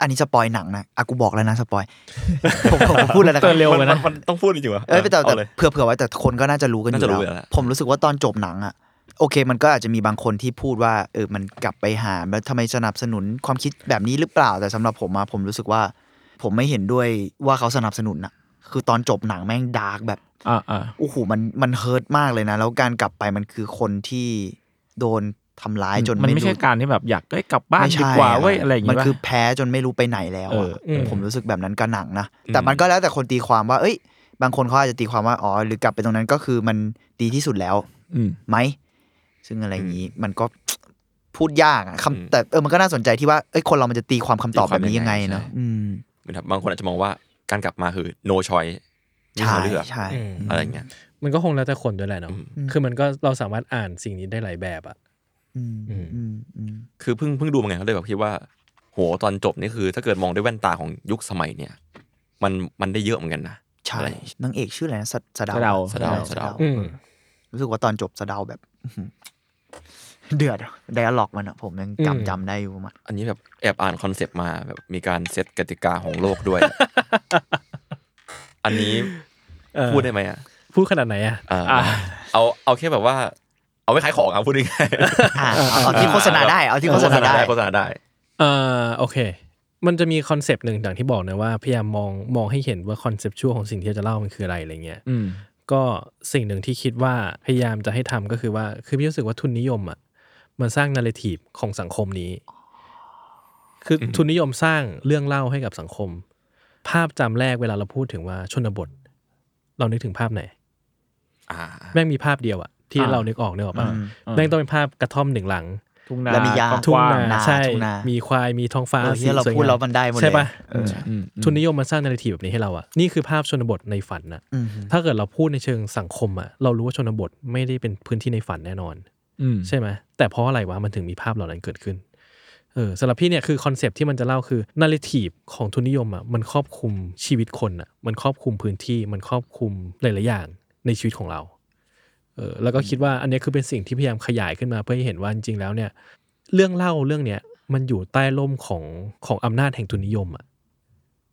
C: อันนี้สปอยหนังนะอ่ะกูบอกแล้วนะสปอย [LAUGHS] ผมผมผมพูดแล้วนะคบ
E: เตือนเร็ว
D: มันมันต้องพูดจริงๆวะ
C: เอ้ยแต่
D: อา
C: แต่
D: เลย
C: เผื่อเผื่อไว้แต่คนก็น่าจะรู้กันอ
D: น่าจะรู้
C: ยู่
D: อยู่แล้
C: แล้ว ว ผมรู้สึกว่าตอนจบหนังอะโอเค มันก็อาจจะมีบางคนที่พูดว่าเออมันกลับไปหาแล้วทำไมสนับสนุนความคิดแบบนี้หรือเปล่าแต่สำหรับผมอะผมรู้สึกว่า ผมไม่เห็นด้วยว่าเขาสนับสนุนอะคือตอนจบหนังแม่งดาร์กแบบ
B: อ่าอ่า
C: โอ้โหมันมันเฮิร์ตมากเลยนะ แล้วการกลับไปมันคือคนที่โดนทำร้ายจน
B: มันไม่ใช่
C: รู้
B: การที่แบบอยากเอ้ยกลับบ้าน
C: ไม่
B: ดี
C: ใช่
B: กว่าเว้ยอะไรอย่าง
C: มั
B: เงี้
C: น
B: ย
C: คือแพ้จนไม่รู้ไปไหนแล้ว
B: เอ
C: อะ
B: อ
E: เออ
C: ผมรู้สึกแบบนั้นกับหนังนะ แต่มันก็แล้วแต่คนตีความว่า เอ้ย บางคนเขาอาจจะตีความว่า อ๋อ หรือกลับไปตรงนั้นก็คือมันดีที่สุดแล้ว
B: อืม
C: ไหม ซึ่งอะไรอย่างนี้ มันก็พูดยากอะ
D: อืม
C: คำแต่เออ มันก็น่าสนใจที่ว่า เอ้ย คนเรามันจะตีความคำตอบแบบนี้ยังไง
D: ตีความยังไง
C: เนอะ
D: ใช่
C: อืม
D: เหมือนแบบบางคนอาจจะมองว่าการกลับมาคือ no choice ไม่มีทาง
C: ใช่
D: เลือก
C: ใช่
E: อืม
D: อะไรอย่างเงี้ย
E: มันก็คงแล้วแต่คนด้วยแหละเนาะ
C: อืม
E: คือมันก็เราสามารถอ่านสิ่งนี้ได้หลายแบบอะ
C: อืมอืมอืมอืม
D: คือเพิ่งเพิ่งดูมาไงเขาเลยแบบคิดว่าโหตอนจบนี่คือ ถ้าเกิดมองด้วยแว่นตาของยุคสมัยเนี่ย มันมันได้เยอะเหมือนกันนะ
C: ใช่
D: อะไรอย่างเงี้ย
C: นางเอกชื่ออะไรนะสะสะเดา
B: สะเดา
D: สะเดา
C: ใช่
D: สะเดา
C: สะเดา รู้สึกว่าตอนจบสะเดาแบบ เดือด [LAUGHS] ไดอะล็อกมันอะผมยังจำจำได้อยู่ประมาณ
D: อันนี้แบบแอบอ่านคอนเซปต์มาแบบมีการเซตกติกาของโลกด้วย [LAUGHS] อันนี้
E: เออ
D: พูดได้ไหมอ่ะ
E: พูดขนาดไหนอะ
D: อ่าเอาเอาแค่แบบว่า เอาไว้ขายของอ่ะพูดง่ายๆ
C: อ่ะเอาเอาที่โฆษณาได้ เอาที่โฆษณาได้
D: โฆษณาได้
E: เออโอเค มันจะมีคอนเซปต์หนึ่งอย่างที่บอกนะว่าพยายามมองมองให้เห็นว่าคอนเซปชั่วของสิ่งที่เราจะเล่ามันคืออะไรอะไรเงี้ย
B: อืม
E: ก็สิ่งหนึ่งที่คิดว่าพยายามจะให้ทำก็คือว่า คือพี่รู้สึกว่าทุนนิยมอ่ะมันสร้างนา r a t ทีฟของสังคมนี้ คืออทุนนิยมสร้างเรื่องเล่าให้กับสังคม ภาพจำแรกเวลาเราพูดถึงว่าชนบท เรานึกถึงภาพไหน
D: อ่า
E: แม่งมีภาพเดียวอะที่
B: อ่า
E: เรานึกออกนึกออกป่ะ
C: อืม
E: แม่งต้องเป็นภาพกระท่อมหนึ่งหลัง
B: ถู ทุ่งนา
C: แล้วมียา
B: ก
E: ทุ่ง
B: ว้าง
E: นา
C: นา
E: ใช่
C: ทุ่งนามี
E: มีควายมีท้องฟ้า
C: เออ
E: สี
C: เนี่ยเรา
E: สวย
C: พูด
E: งาม
C: แล้วมันได้หมดเลย
E: ใช่ปะ
C: เออ
B: อืม
E: ทุนนิยมมันสร้างนาทีแบบนี้ให้เราอ่ะนี่คือภาพชนบทในฝันนะ
C: อืม
E: ถ้าเกิดเราพูดในเชิงสังคมอ่ะเรารู้ว่าชนบทไม่ได้เป็นพื้นที่ในฝันแน่นอน
B: อืม
E: ใช่ไหมแต่เพราะอะไรวะมันถึงมีภาพเหล่านั้นเกิดขึ้นเออสำหรับพี่เนี่ยคือคอนเซปต์ที่มันจะเล่าคือนาริทีฟของทุนนิยมอ่ะมันครอบคลุมชีวิตคนอ่ะมันครอบคลุมพื้นที่มันครอบคลุมหลายๆอย่างในชีวิตของเราเออแล้วก็คิดว่าอันเนี้ยคือเป็นสิ่งที่พยายามขยายขึ้นมาเพื่อให้เห็นว่าจริงๆแล้วเนี่ย เรื่องเล่าเรื่องเนี้ยมันอยู่ใต้ร่มของของอำนาจแห่งทุนนิยมอ่ะ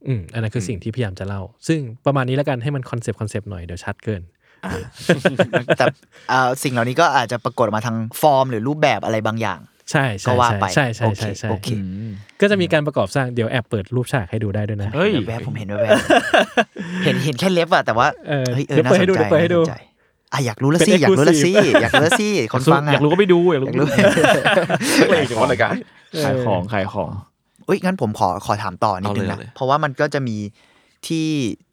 E: อืมอันนั้นคือสิ่งที่พยายามจะเล่า ซึ่งประมาณนี้แล้วกันให้มันคอนเซปต์คอนเซปต์หน่อยเดี๋ยวชัดเกิน
C: แต่เอ่อสิ่งเหล่านี้ก็อาจจะปรากฏออกมาทางฟอร์ม หรือรูปแบบอะไรบางอย่าง
E: ใช่ใช่
C: ก็ว่าไป
E: ใช่ใช่
C: โอเค
E: ใช่ใช่
C: โอเค
E: ก็จะมีการประกอบสร้างเดี๋ยวแอบเปิดรูปฉากให้ดูได้ด้วยนะ
B: เฮ้ย
C: แวบๆผมเห็นแวบๆ เห็นเห็นแค่
E: [LAUGHS]
C: เล็บอะแต่ว่า
E: เออ
C: เฮ้ยเออ
E: เดี๋ยว
C: น่า
E: เปิ
C: ส
E: ดให้
C: น
E: ดู
C: ใจ
E: เดี๋ยวเปิดให้ดู
C: น่าสนใจอ่ะอยากรู้ละสิ
E: เป็น
C: อยากรู้ละสิอยากรู้ละสิคนฟังอะ
B: อยากรู้ก็ไปดูอยาก
C: อ
B: รู้
E: [LAUGHS]
C: ยากรู้
D: อะไรอย่างของรายการ
B: ขายของขายของ
C: เอ้ยงั้นผมขอขอถามต่อนิดนึง
D: เอาเลย
C: นะ
D: เอาเลย
C: เพราะว่ามันก็จะมีที่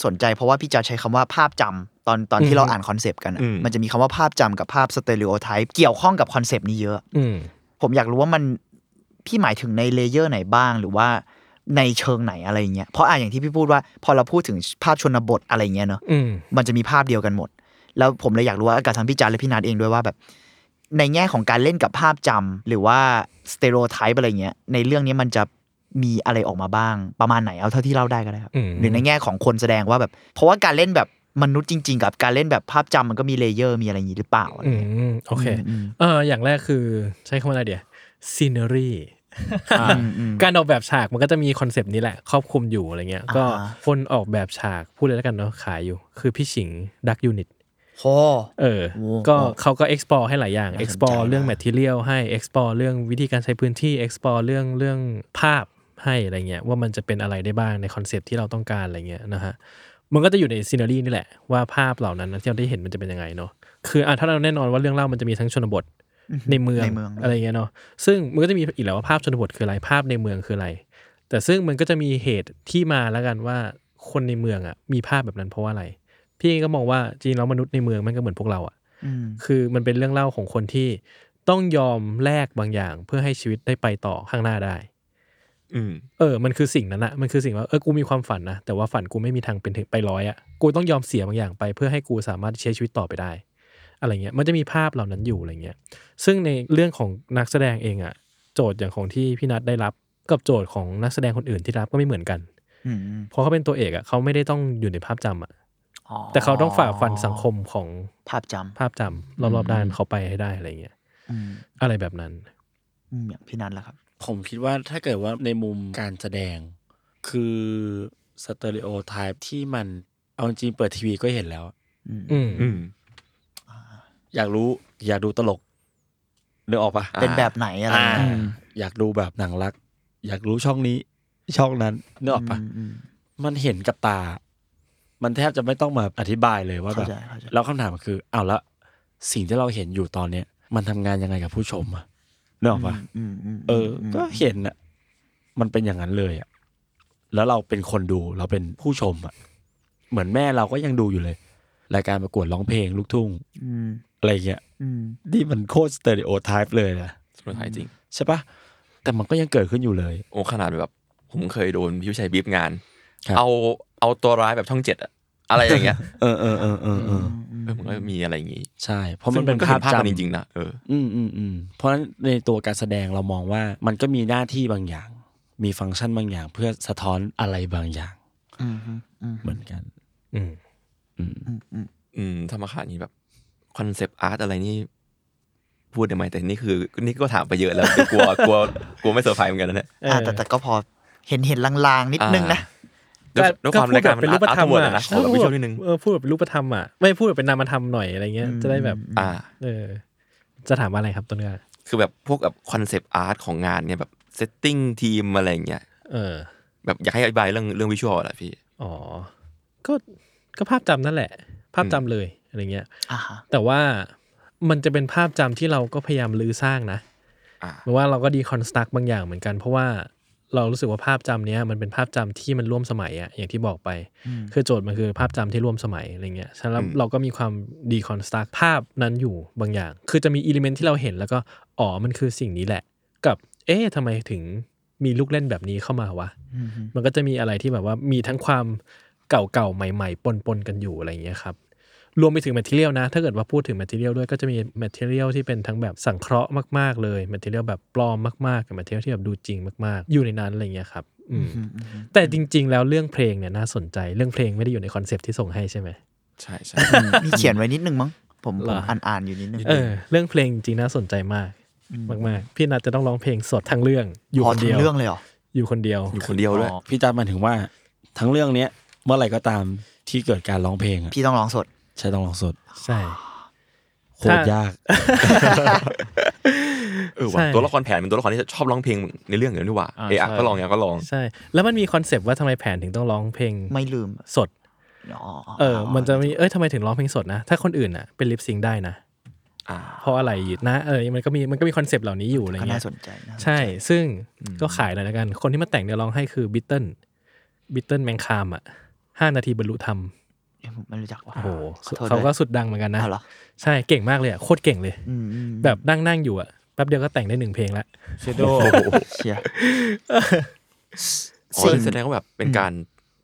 C: สนใจ เพราะว่าพี่จะใช้คำว่าภาพจำตอนตอนที่เราอ่านคอนเซปต์กันอะมันจะมีคำว่าภาพจำกับภาพสเตอริโอไทป์เกี่ยวข้องกับคอนเซปต์นี้เยอะ
E: อืม
C: ผมอยากรู้ว่ามันพี่หมายถึงในเลเยอร์ไหนบ้างหรือว่าในเชิงไหนอะไรอย่างเงี้ยเพราะอ่ะอย่างที่พี่พูดว่า พอเราพูดถึงภาพชนบทอะไรอย่างเงี้ยเนอะ
E: อืม
C: มันจะมีภาพเดียวกันหมด แล้วผมเลยอยากรู้ว่ากับทั้งพี่จานและพี่นัทเองด้วยว่าแบบ ในแง่ของการเล่นกับภาพจำหรือว่าสเตโรไทป์อะไรเงี้ยในเรื่องนี้มันจะมีอะไรออกมาบ้าง ประมาณไหนเอาเท่าที่เล่าได้ก็ได้ครับ
E: อืม
C: หรือในแง่ของคนแสดงว่าแบบ เพราะว่าการเล่นแบบมนุษย์จริง ๆ กับการเล่นแบบภาพจำมันก็มีเลเยอร์มีอะไรอย่างงี้หรือเปล่าอะไร
E: อื
C: เงี้ย
E: มโอเคเอออย่างแรกคือใช้คำว่าอะไรเดี๋ยวซีเนอรี่การออกแบบฉากมันก็จะมีคอนเซปต์นี้แหละ ครอบคลุมอยู่อะไรเงี้ย ก็คนออกแบบฉากพูดเลยแล้วกันเนาะขายอยู่ คือพี่ฉิงดักยูนิต
C: โห
E: เออ
C: โอ้
E: ก็
C: โอ้
E: เขาก็ explore ให้หลายอย่าง
C: น่าสนใจ
E: explore เรื่อง
C: นะ
E: material ให้ explore เรื่องวิธีการใช้พื้นที่ explore เรื่องเรื่องภาพให้อะไรเงี้ยว่ามันจะเป็นอะไรได้บ้างในคอนเซปที่เราต้องการอะไรเงี้ยนะฮะ มันก็จะอยู่ในซีนารีนี่แหละว่าภาพเหล่านั้นนะที่เราได้เห็นมันจะเป็นยังไงเนาะ คืออ่ะถ้าเราแน่นอนว่าเรื่องเล่ามันจะมีทั้งชนบทในเมือง
C: ในเมืองด้วย
E: อะไรเงี้ยเนาะ ซึ่งมันก็จะมีอีกแหล้วว่าภาพชนบทคืออะไร ภาพในเมืองคืออะไร แต่ซึ่งมันก็จะมีเหตุที่มาแล้วกันว่าคนในเมืองอ่ะมีภาพแบบนั้นเพราะว่าอะไร พี่ก็มองว่าจริงๆแล้วมนุษย์ในเมืองมันก็เหมือนพวกเราอ่ะ
C: อืม
E: คือมันเป็นเรื่องเล่าของคนที่ต้องยอมแลกบางอย่างเพื่อให้ชีวิตได้ไปต่อข้างหน้าได้
D: อืม
E: เออ มันคือสิ่งนั้นนะมันคือสิ่งว่าเออ กูมีความฝันนะ แต่ว่าฝันกูไม่มีทางเป็นถึงไปร้อยอะกูต้องยอมเสียบางอย่างไปเพื่อให้กูสามารถใช้ชีวิตต่อไปได้ อะไรเงี้ย มันจะมีภาพเหล่านั้นอยู่อะไรเงี้ย ซึ่งในเรื่องของนักแสดงเองอะโจทย์อย่างของที่พี่นัทได้รับกับโจทย์ของนักแสดงคนอื่นที่รับก็ไม่เหมือนกัน
C: อืม
E: เพราะเขาเป็นตัวเอกอะเขาไม่ได้ต้องอยู่ในภาพจำอะ
C: อ๋อ
E: แต่เขาต้องฝ่าฟันสังคมของ
C: ภาพจำ
E: ภาพจำรอบๆด้านเขาไปให้ได้อะไรเงี้ย
C: อืม
E: อะไรแบบนั้น
C: อืมอย่างพี่นันล่ะครับ
F: ผมคิดว่าถ้าเกิดว่าในมุมการแสดงคือสเตอริโอไทป์ที่มันเอาจริงๆเปิดทีวีก็เห็นแล้ว
E: อืม
D: อืม
F: อยากรู้อยากดูตลกนึกออกปะ
C: เป็นแบบไหนอะไร
F: อ่า
C: เงี้ย
F: อยากดูแบบหนังรัก อยากรู้ช่องนี้ช่องนั้นนึกออกปะ
C: อืมอืม
F: มันเห็นกับตา มันแทบจะไม่ต้องมาอธิบายเลยว่าแบบ
C: เข้าใจเข้าใจ
F: แล้วคำถามก็คืออ้าวแล้วสิ่งที่เราเห็นอยู่ตอนเนี้ย มันทำงานยังไงกับผู้ชมอะนึกออกปะ
C: อืมอืม
F: เออ ก็เห็นอะมันเป็นอย่างนั้นเลยอะแล้วเราเป็นคนดูเราเป็นผู้ชมอะเหมือนแม่เราก็ยังดูอยู่เลย รายการประกวดร้องเพลงลูกทุ่ง
C: อืม
F: อะไรเงี้ย
C: อืม
F: นี่มันโคตรสเตอริโอไทป์เลยนะ
D: สุดท้ายจริง
F: ใช่ปะแต่มันก็ยังเกิดขึ้นอยู่เลย
D: โอ้ขนาดแบบ ผมเคยโดนพี่วิชัยบีบงาน
F: ครับ
D: เอาเอาตัวร้ายแบบช่องเจ็ดอะอะไรอย่างเงี้ย
F: เออเออเออเออเออ
D: เออมันก็มีอะไรอย่างงี้
F: ใช่ เพราะมันเป็น
D: ซึ่งก็
F: ภาพ
D: ภาพมัน
F: จำ
D: จริงๆนะเออ
F: อืมอืมอืมเพราะฉะนั้นในตัวการแสดงเรามองว่ามันก็มีหน้าที่บางอย่าง มีฟังก์ชันบางอย่าง เพื่อสะท้อนอะไรบางอย่าง
C: อืมอืม
F: เหมือนกัน
E: อืม
D: อืมธรรมคานี่แบบคอนเซปต์อาร์ตอะไรนี่ พูดได้ไหมแต่นี่คือ นี่ก็ถามไปเยอะแล้วกลัว [LAUGHS] กลัวกลัวไม่เซอร์ไพรส์เหมือนกันนะเนี่ย
C: อ่าแต่แต่ก็พอเห็นเห็นลางๆ นิดนึงนะ
D: ด้วยด้วยความรายการมันอาร์ตทั้งหมดนะขอแบบ
E: พู
D: วิ
E: ด
D: ช
E: แบ
D: วล
E: บ
D: นิดนึง
E: เออพูดแบบเป็นรูปธรรมอ่ะ ไม่พูดแบบเป็นนามธรรมหน่อยอะไรเงี้ย จะได้แบบ
D: อ่า
E: เออ จะถามว่าอะไรครับต้นกล้า
D: คือแบบพวกแบบคอนเซปต์อาร์ตของงานเนี่ยแบบเซตติ้งทีมอะไรอย่างเงี้ย
E: เออ
D: แบบอยากให้อธิบายเรื่องเรื่องวิชวลแหละพี่
E: อ๋อ ก็ ก็ภาพจำนั่นแหละ ภาพจำเลยอะไรเงี้ย
C: อ่าฮะ
E: แต่ว่ามันจะเป็นภาพจำที่เราก็พยายามลื้อสร้างนะ
D: อ่า
E: หมายว่าเราก็ดีคอนสตรักบางอย่างเหมือนกัน เพราะว่าเรารู้สึกว่าภาพจำเนี้ยมันเป็นภาพจำที่มันร่วมสมัยอะอย่างที่บอกไป คือโจทย์มันคือภาพจำที่ร่วมสมัยอะไรเงี้ยฉะนั้นเราเราก็มีความดีคอนสตรักภาพนั้นอยู่บางอย่าง คือจะมีอิเลเมนที่เราเห็นแล้วก็อ๋อมันคือสิ่งนี้แหละ กับ เอ๊ะทำไมถึงมีลูกเล่นแบบนี้เข้ามาวะ มันก็จะมีอะไรที่แบบว่ามีทั้งความเก่าๆ ใหม่ๆ ปนๆ กันอยู่อะไรอย่างเงี้ยครับ รวมไปถึงแมทเทียลนะ ถ้าเกิดว่าพูดถึงแมทเทียลด้วยก็จะมีแมทเทียลที่เป็นทั้งแบบสังเคราะห์มากๆเลยแมทเทียลแบบปลอมมากๆกับแมทเทียลที่แบบดูจริงมากๆ อยู่ในนั้นอะไรอย่างเงี้ยครับอืมแต่จริง ๆ แล้วเรื่องเพลงเนี่ยน่าสนใจเรื่องเพลงไม่ได้อยู่ในคอนเซปต์ที่ส่งให้ใช่ไหม
D: ใช่ใช่
C: มีเขียนไว้นิดนึงมั้งผม
E: เห
C: ผ
E: รอ
C: มอ่านอ่านอยู่นิดนึง
E: เออเรื่องเพลงจริงๆน่าสนใจมากมากๆพี่นัทจะต้องร้องเพลงสดทั้งเรื่องอยู่
C: พอ
E: คน
C: ถึง
E: เดียว
C: เรื่องเลยเหรอ
E: อยู่คนเดียว
D: อยู่คนเดียวด้วย
F: อ๋อพี่จัดหมายถึงว่าทั้งเรื่องเนี้ยเมื่อไหร่ก็ตามที่เกิดการร้องเพลงอะ
C: พี่ต้องร้องสด
F: ใช้ต้องร้องสด
E: ใช่
F: โคตรยาก
D: เออว่ะ
E: ใช่
D: ตัวละครแผนเป็นตัวละครที่ชอบร้องเพลงในเรื่องอยู่แล้วนี่หว่า
B: อ่า
D: เอะอะ
B: ใช่
D: ก็ลองอย่างก็ลอง
E: ใช่ แล้วมันมีคอนเซปต์ว่าทำไมแผนถึงต้องร้องเพลง
C: ไม่ลืม
E: สด
C: อ๋อ
E: เออ มันจะมีเอ้ยทำไมถึงร้องเพลงสดนะ ถ้าคนอื่นอ่ะเป็นลิปซิงได้นะ
D: อ่า
E: เพราะอะไรอยู่นะเออมันก็มีมันก็มีคอนเซปต์เหล่านี้อยู่อะไร
C: ก็
E: เงี้
C: น่าย สนใจนะ
E: ใช่ ซึ่งก็ขายหน่อยละกัน คนที่มาแต่งเนื้อร้องให้คือบิทเทิลบิทเทิลแมงคามอ่ะห้านาทีบรรลุธรรม
C: เอ้ยผมไม่รู้จักว่ะ
E: โอ้โห
C: ขอโทษ
E: เขา
C: ด้วย
E: ก็สุดดังเหมือนกันนะ
C: อ้าวเหรอ
E: ใช่เก่งมากเลยอ่ะโคตรเก่งเลย
C: อืมอืม
E: แบบนั่งนั่งๆอยู่อ่ะแป๊บเดียวก็แต่งได้หนึ่งเพลงละ
B: เชโด
C: เชียร์
D: อ๋อนี่แสดงว่าแบบเป็นการ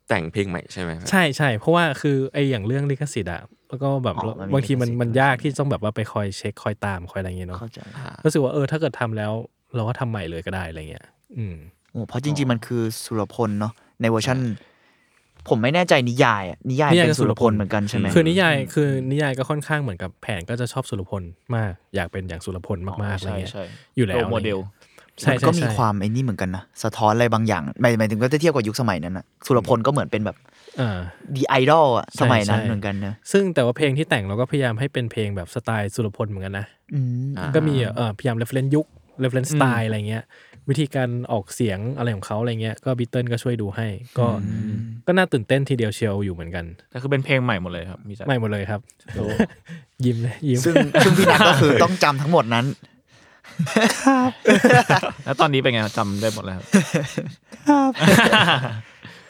D: แต่งเพลงใหม่ใช่ไหม
E: ใช่ใช่เพราะว่าคือไออย่างเรื่องลิขสิทธิ์อะแล้วก็แบบบางทีมันมันยากที่ต้องแบบว่าไปคอยเช็คคอยตามคอยอะไรอย่างเงี้ยเนาะ
C: เข้าใจ
E: รู้สึกว่าเออถ้าเกิดทำแล้ว เราก็ทำใหม่เลยก็ได้อะไรเงี้ยอืม
C: โอ้เพราะจริง ๆ มันคือสุรพลเนาะในเวอร์ชันผมไม่แน่ใจนิยายอะนิยาย
E: นิยาย
C: เป็
E: ก็
C: นสุร
E: สุร
C: พ
E: พ
C: ล
E: ล
C: เหมือนกันใช่ไหม
E: คือนิยายคือนิยายก็ค่อนข้างเหมือนกับแผนก็จะชอบสุรพลมาก อยากเป็นอย่างสุรพลมากๆอะไร
B: ใช่
E: เงี้ย
B: ใช่
E: อยู่แล้ว
B: โโมเดล
E: ใช่
C: มัน
E: ใช่
C: ก็มี
E: ใช่
C: ความไอ้นี่เหมือนกันนะสะท้อนอะไรบางอย่างหมายหมายถึงก็จะเทียบกับยุคสมัยนั้นอะสุรพลก็เหมือนเป็นแบบ
E: อ่า
C: ดีไอดอลอะส
E: ใช่
C: มัยนั้น
E: ใช่
C: เหมือนกันนะ
E: ซึ่งแต่ว่าเพลงที่แต่งเราก็พยายามให้เป็นเพลงแบบสไตล์สุรพลเหมือนกันนะ
C: อืม
E: ก็มีเอ่อพยายาม reference ยุค reference
B: อืม
E: style อะไรเงี้ย วิธีการออกเสียงอะไรของเขาอะไรเงี้ยก็บิทเทิลก็ช่วยดูให้ ก็ก็น่าตื่นเต้นทีเดียวเชียวอยู่เหมือนกัน
B: แต่คือเป็นเพลงใหม่หมดเลยครับมีจัด
E: ไม่หมดเลยครับ ยิ้มเลยยิ้ม
C: ซึ่งซึ่งพี่นัทก็คือต้องจำทั้งหมดนั้น
B: แล้วตอนนี้เป็นไงจำได้หมดแล้วครับ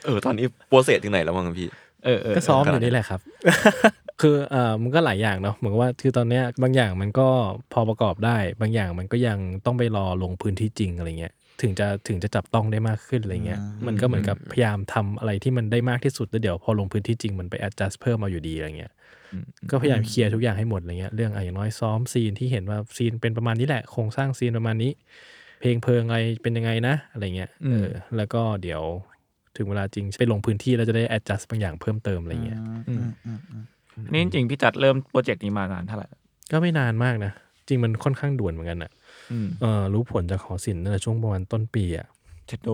D: เออตอนนี้โปรเซสถึงไหนแล้วมั้งพี่
B: เออเออ
E: ก็ซ้อมอยู่นี่แหละครับ คือเอ่อมันก็หลายอย่างเนาะเหมือนกับว่าคือตอนเนี้ยบางอย่างมันก็พอประกอบได้ บางอย่างมันก็ยังต้องไปรอลงพื้นที่จริงอะไรเงี้ยถึงจะถึงจะจับต้องได้มากขึ้นอะไรเงี้ยมันก็เหมือนกับพยายามทำอะไรที่มันได้มากที่สุดแล้วเดี๋ยวพอลงพื้นที่จริงมันไป adjust เพิ่มมาอยู่ดีอะไรเงี้ย ก็พยายามเคลียร์ทุกอย่างให้หมดอะไรเงี้ยเรื่องอะอย่างน้อยซ้อมซีนที่เห็นว่าซีนเป็นประมาณนี้แหละโครงสร้างซีนประมาณนี้ เพลงเพลิงอะไรเป็นยังไงนะอะไรเงี้ยเออแล้วก็เดี๋ยวถึงเวลาจริงไปลงพื้นที่แล้วจะได้ adjust บางอย่างเพิ่มเติมอะไรเงี้ย
B: อันนี่จริงๆพี่จัดเริ่มโปรเจกต์นี้มานานเท่าไหร่
E: ก็ไม่นานมากนะ จริงมันค่อนข้างด่วนเหมือนกันอ่ะ
B: อืม
E: เออรู้ผลจากขอสินตั้งแต่ช่วงประมาณต้นปีอ่ะ
B: เชโด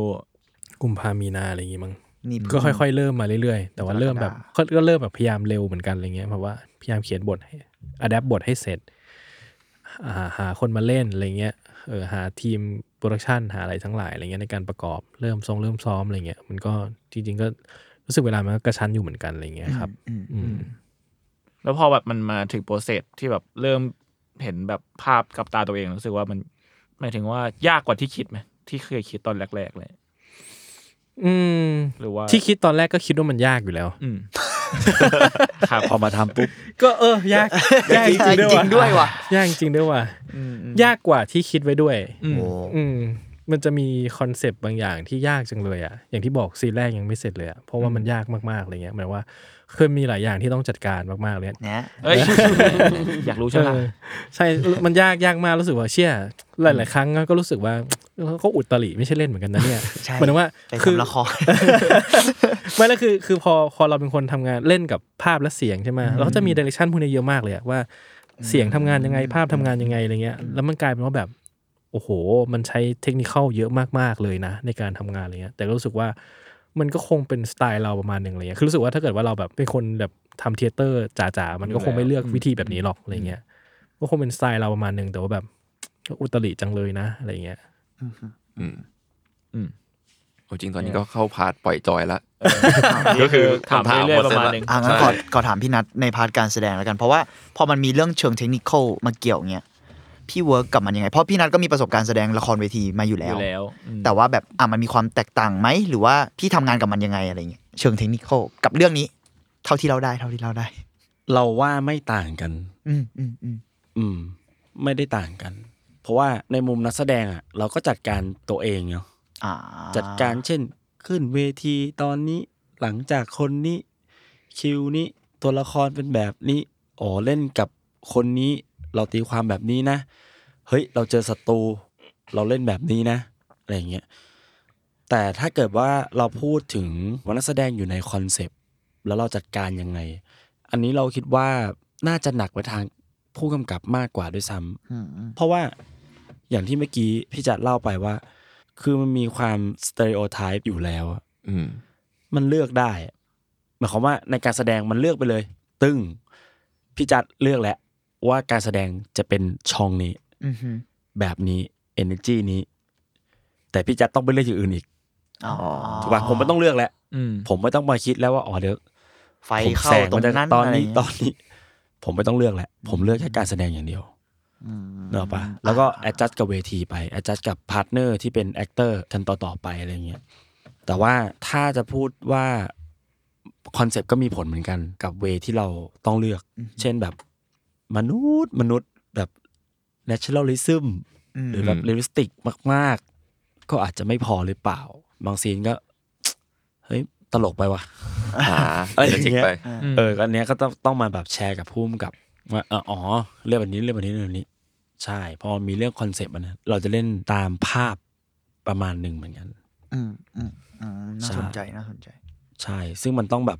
E: กุมภามีนาอะไรอย่างงี้มั้ง
C: นี่เพิ่ง
E: ก็ค่อยๆ เริ่มมาเรื่อยๆ แต่ว่าเริ่มแบบก็ก็เริ่มแบบพยายามเร็วเหมือนกันอะไรเงี้ยแบบว่าพยายามเขียนบทให้อัดแอปบทให้เสร็จหาหาคนมาเล่นอะไรเงี้ยเออหาทีมโปรดักชันหาอะไรทั้งหลายอะไรเงี้ยในการประกอบเริ่มทรงเริ่มซ้อมอะไรเงี้ยมันก็จริงๆก็รู้สึกเวลามันก็กระชั้นอยู่เหมือนกันอะไรเงี้ยครับอืม
B: แล้วพอแบบมันมาถึงโปรเซสที่แบบเริ่มเห็นแบบภาพกับตาตัวเองรู้สึกว่ามันหมายถึงว่ายากกว่าที่คิดไหมที่เคยคิดตอนแรก ๆ เลย
E: อืม
B: หรือว่า
E: ที่คิดตอนแรกก็คิดว่ามันยากอยู่แล้ว
B: อืม ครับ
F: พอมาทำปุ๊บ
E: ก็เออยาก ยากจริง
C: จริงด้วยว่ะ
E: ยากจริงด้วยว่ะยากกว่าที่คิดไว้ด้วย
B: อืม
C: โอ้
E: อืมมันจะมีคอนเซปต์บางอย่างที่ยากจังเลยอะ่ะ อย่างที่บอกซีนแรกยังไม่เสร็จเลยอะ่ะ เพราะว่ามันยากมากๆอะไรเงี้ยหมายว่าคือมีหลายอย่างที่ต้องจัดการมากๆเลย
C: นะ
B: เอ้ย [LAUGHS] อยากรู้ใช่ไหมล่ะ
E: เออใช่ มันยากยากมากรู้สึกว่าเชี่ยหลาย ๆ ครั้งก็รู้สึกว่าเขาอุตริไม่ใช่เล่นเหมือนกันนะเนี่ย
C: ใช่
E: หมายถึงว่า
C: ไป
E: คือ
C: ทำละค
D: [LAUGHS]
C: ร
E: ไม่แล้วคือคือพอพอเราเป็นคนทำงานเล่นกับภาพและเสียงใช่ไหมเราก็จะมีดิเรกชันพวกนี้เยอะมากเลยอะว่าเสียงทำงานยังไงภาพทำงานยังไงอะไรเงี้ย แล้วมันกลายเป็นว่าแบบโอ้โห มันใช้เทคนิคเยอะมากๆเลยนะ ในการทำงานอะไรเงี้ยแต่ก็รู้สึกว่ามันก็คงเป็นสไตล์เราประมาณหนึ่งอะไรเงี้ยคือรู้สึกว่าถ้าเกิดว่าเราแบบเป็นคนแบบทำเทเตอร์จ๋าๆมันก็คงไม่เลือกวิธีแบบนี้หรอกอะไรเงี้ยก็คงเป็นสไตล์เราประมาณหนึ่งแต่ว่าแบบอุตริจังเลยนะอะไรเงี้ย
D: อืม
B: อืม
D: โอ้จริงตอนนี้ก็เข้าพาร์ทปล่อยจอยละ
F: [LAUGHS]
B: ก็คือถาม
D: คำถาม
B: เรื่อย
D: หม
B: ๆ
D: ด
B: ประมาณ
D: เส
B: ห
D: ร็จละ
B: นึง
C: อ่ะงั้น
D: ใช่
C: ขอขอถามพี่นัทในพาร์ทการแสดงแล้วกัน เพราะว่าพอมันมีเรื่องเชิงเทคนิคมาเกี่ยวเงี้ยพี่เวิร์กกับมันยังไง เพราะพี่นัทก็มีประสบการณ์แสดงละครเวทีมาอยู่
B: อ
C: แล้
B: ยู่
C: ว
B: แล้วอืม
C: แต่ว่าแบบอ่ะมันมีความแตกต่างไหมหรือว่าพี่ทำงานกับมันยังไงอะไรเงี้ยเชิงเทคนิคกับเรื่องนี้ เท่าที่เราได้เท่าที่เราได้
F: เราว่าไม่ต่างกัน
C: อืมอืมอืม
F: อืม ไม่ได้ต่างกัน ผ ราะว่าในมุมนักแสดงอ่ะเราก็จัดการตัวเองเนาะ
C: อ่า
F: จัดการเช่นขึ้นเวทีตอนนี้หลังจากคนนี้คิวนี้ตัวละครเป็นแบบนี้อ๋อเล่นกับคนนี้เราตีความแบบนี้นะ เฮ้ย เราเจอศัตรูเราเล่นแบบนี้นะอะไรอย่างเงี้ยแต่ถ้าเกิดว่าเราพูดถึงว่านักแสดงอยู่ในคอนเซปต์แล้วเราจัดการยังไง อันนี้เราคิดว่าน่าจะหนักไปทางผู้กำกับมากกว่าด้วยซ้ำ
C: อืม
F: เพราะว่าอย่างที่เมื่อกี้พี่จัดเล่าไปว่า คือมันมีความสเตอริโอไทป์อยู่แล้วอะ
D: อืม
F: มันเลือกได้อะหมายความว่าในการแสดงมันเลือกไปเลย ตึ้งพี่จัดเลือกแล้วว่าการแสดงจะเป็นช่องนี้
C: อืมฮึ
F: แบบนี้ energy นี้ แต่พี่จัดต้องไปเลือกอย่างอื่นอีก
C: อ๋อ
F: ถูกป่ะผมไม่ต้องเลือกแล้ว
B: อืม
F: ผมไม่ต้องมาคิดแล้วว่าอ๋อเดี๋ยว
C: ไฟเข้าตรงนั้น
F: ตอน
C: อะไร
F: นี้
C: เงี้ย
F: ตอนนี้ [LAUGHS] ผมไม่ต้องเลือกแหละ ผมเลือกแค่การแสดงอย่างเดียวเนกอะปะแล้วก็ adjust กับเวทีไป adjust กับพาร์ทเนอร์ที่เป็น actor ท่านต่อๆไปอะไรเงี้ยแต่ว่าถ้าจะพูดว่าคอนเซปต์ก็มีผลเหมือนกันกับเวที่เราต้องเลือก เช่นแบบมนุษย์มนุษย์แบบ naturalism หรือแบบ
D: อืม
F: realistic มาก ๆ ก็อาจจะไม่พอหรือเปล่า บางซีนก็ เฮ้ย ตลกไปว่ะ
D: หา
F: อะไรอ
D: เดี๋ยว
F: ย่างเงี้ย
D: จิกไป
B: อืม
F: เออก็อันเนี้ยก็ต้องต้องมาแบบแชร์กับผู้กำกับว่าเอออ๋อเรื่องแบบนี้เรื่องแบบนี้เรื่องแบบนี้ ใช่เพอมีเรื่องคอนเซปต์อันนั้นเราจะเล่นตามภาพประมาณหนึ่งเหมือนกัน
C: อืมอืมอืมน่าสนใจน่าสนใจ
F: ใช่ ซึ่งมันต้องแบบ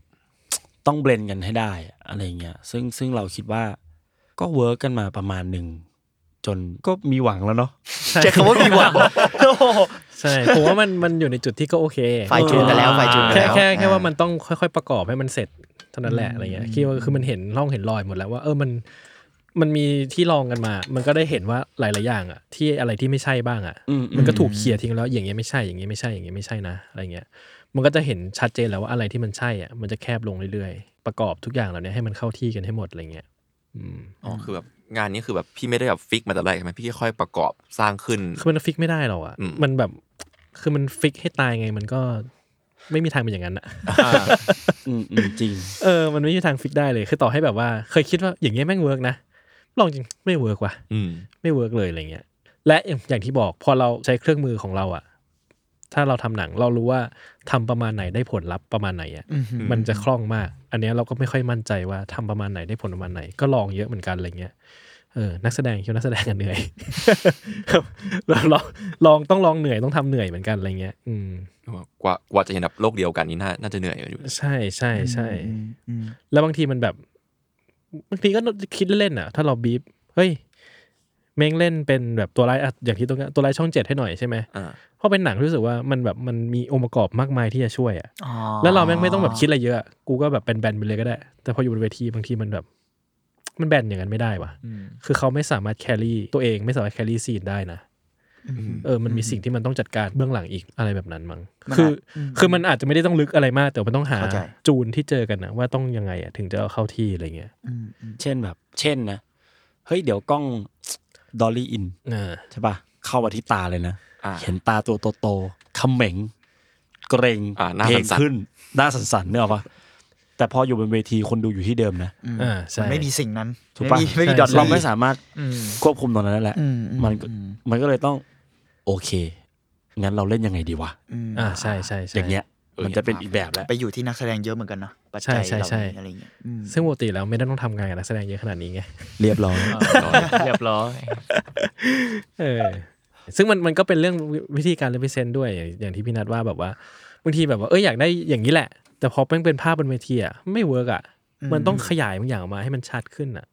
F: ต้องเบลนกันให้ได้อะไรเงี้ยซึ่งซึ่งเราคิดว่าก็เวิร์กกันมาประมาณหนึ่งจนก็มีหวังแล้วเนาะ
C: ใช้คำว่ามีหวังโอ้โห
E: ใช่ผมว่ามันมันอยู่ในจุดที่ก็โอเค
C: ฝ่ายจูนกันแล้วฝ่ายจูนกันแล้ว
E: แค่ค่แค่
C: อ่า
E: ว่ามันต้องค่อยๆประกอบให้มันเสร็จเท่านั้นแหละอะไรเงี้ยคิดว่าคือมันเห็นร่องเห็นรอยหมดแล้วว่าเออมันมันมีที่ลองกันมา มันก็ได้เห็นว่าหลายๆอย่างอ่ะที่อะไรที่ไม่ใช่บ้างอ่ะ
F: อืม
E: มันก็ถูกเคลียร์ทิ้งแล้วอย่างเงี้ยไม่ใช่อย่างเงี้ยไม่ใช่อย่างเงี้ยไม่ใช่นะอะไรเงี้ยมันก็จะเห็นชัดเจนแล้วว่าอะไรที่มันใช่อ่ะมันจะแคบลงเรื่อยๆ ประกอบทุกอย่างเหล่านี้ให้มันเข้าที่กันให้หมดอะไรเงี้ยอืม
D: อ๋อคือแบบงานนี้คือแบบพี่ไม่ได้แบบฟิกมาแต่แรกใช่ไหมพี่ค่อยๆประกอบสร้างขึ้น
E: คือมันฟิกไม่ได้หรอกอ่ะ
D: อืม
E: มันแบบคือมันฟิกให้ตายไงมันก็ไม่มีทางเป็นอย่างนั้นอะ
F: อืมอืมจริง
E: เออ มันไม่มีทางฟิกได้เลย คือต่อให้แบบว่า เคยคิดว่าอย่างเงี้ยแม่งเวิร์กนะ ลองจริง ไม่เวิร์กว่ะ
D: อืม
E: ไม่เวิร์กเลยอะไรเงี้ย และอย่างอย่างที่บอกพอเราใช้เครื่องมือของเราอะถ้าเราทำหนังเรารู้ว่าทำประมาณไหนได้ผลลัพธ์ประมาณไหนอะมันจะคล่องมาก อันเนี้ยเราก็ไม่ค่อยมั่นใจว่าทำประมาณไหนได้ผลประมาณไหน ก็ลองเยอะเหมือนกันอะไรเงี้ย เออ นักแสดงคิดวานักแสดงกันเหนื่อย [LAUGHS] ครับเราลองลองต้องลองเหนื่อยต้องทำเหนื่อยเหมือนกันอะไรเงี้ย อืม
D: กว่ากว่าจะเห็นแบบโลกเดียวกันนี่น่าน่าจะเหนื่อยอยู่
E: ใช่ใช่ใช่
C: อืม
E: แล้วบางทีมันแบบบางทีก็คิดเล่นๆอ่ะ ถ้าเราบีบเฮ้ยเม้งเล่นเป็นแบบตัวร้ายอะอย่างที่ตัวเนี้ยตัวร้ายช่องเจ็ดให้หน่อยใช่ไหม
D: อ่า
E: เพราะเป็นหนังรู้สึกว่ามันแบบมันมีองค์ประกอบมากมายที่จะช่วยอ่ะแล้วเราแม่งไม่ต้องแบบคิดอะไรเยอะอะกูก็แบบแบนๆไปเลยก็ได้ แต่พออยู่บนเวทีบางทีมันแบบ มันแบนอย่างนั้นไม่ได้ว่ะ คือเขาไม่สามารถแครี่ตัวเองไม่สามารถแครี่ซีนได้นะเออมันมีสิ่งที่มันต้องจัดการเบื้องหลังอีกอะไรแบบนั้นมั้ง
C: มันอาจ
E: คืออ
C: ม
E: คือมันอาจจะไม่ได้ต้องลึกอะไรมาก แต่มันต้องหา
C: เข้าใจ
E: จูนที่เจอกันนะว่าต้องยังไงอะถึงจะเอาเข้าที่อะไรเงี้ย
C: อืมอืม
F: เช่นแบบ เช่นนะเฮ้ยเดี๋ยวกล้องดอลลี่อิน
E: อ่า
F: ใช่ป่ะเข้ามาที่ตาเลยนะ
D: อ่า
F: เห็นตาตัวโตๆเขม็ง เกรง
D: อ่าหน้า
F: เพลง
D: สั่นๆ
F: ขึ้น หน้าสันๆเนี่ยหรอปะแต่พออยู่บนเวทีคนดูอยู่ที่เดิมนะ
E: อ่าใช่
C: มันไม่มีสิ่งนั้น
F: ถูกปะ
C: ไม่มีไม่มีดอท
F: เราไม่
C: ลี่
F: สามารถควบคุมตรงนั้นได้แหละ
C: อืมอืม
F: มันก็
C: อืม
F: มันก็เลยต้อง โอเค งั้นเราเล่นยังไงดีวะ
C: อืม
E: อ่าใช่ใช่ใช่
F: อย่างเงี้ย มันจะเป็นอีกแบบแล้ว
C: ไปอยู่ที่นักแสดงเยอะเหมือนกันนะปัจ
E: ใช่
C: จัย
E: ใช่
C: เหล่านี้
E: ใช่
C: อะไรเงี้ยอืม
E: ซึ่งปกติแล้วไม่ได้ต้องทำงานกับนักแสดงเยอะขนาดนี้ไง
F: เรียบร้อย
G: เรียบร้อย
E: เออ ซึ่งมันมันก็เป็นเรื่องวิวิธีการ represent ด้วยอย่างอย่างที่พี่นัดว่าแบบว่าบางทีแบบว่าเอออยากได้อย่างนี้แหละ แต่พอเป็นเป็นภาพบนเวทีอ่ะไม่เวิร์กอ่ะ มันต้องขยายบางอย่างออกมาให้มันชัดขึ้นอ่ะ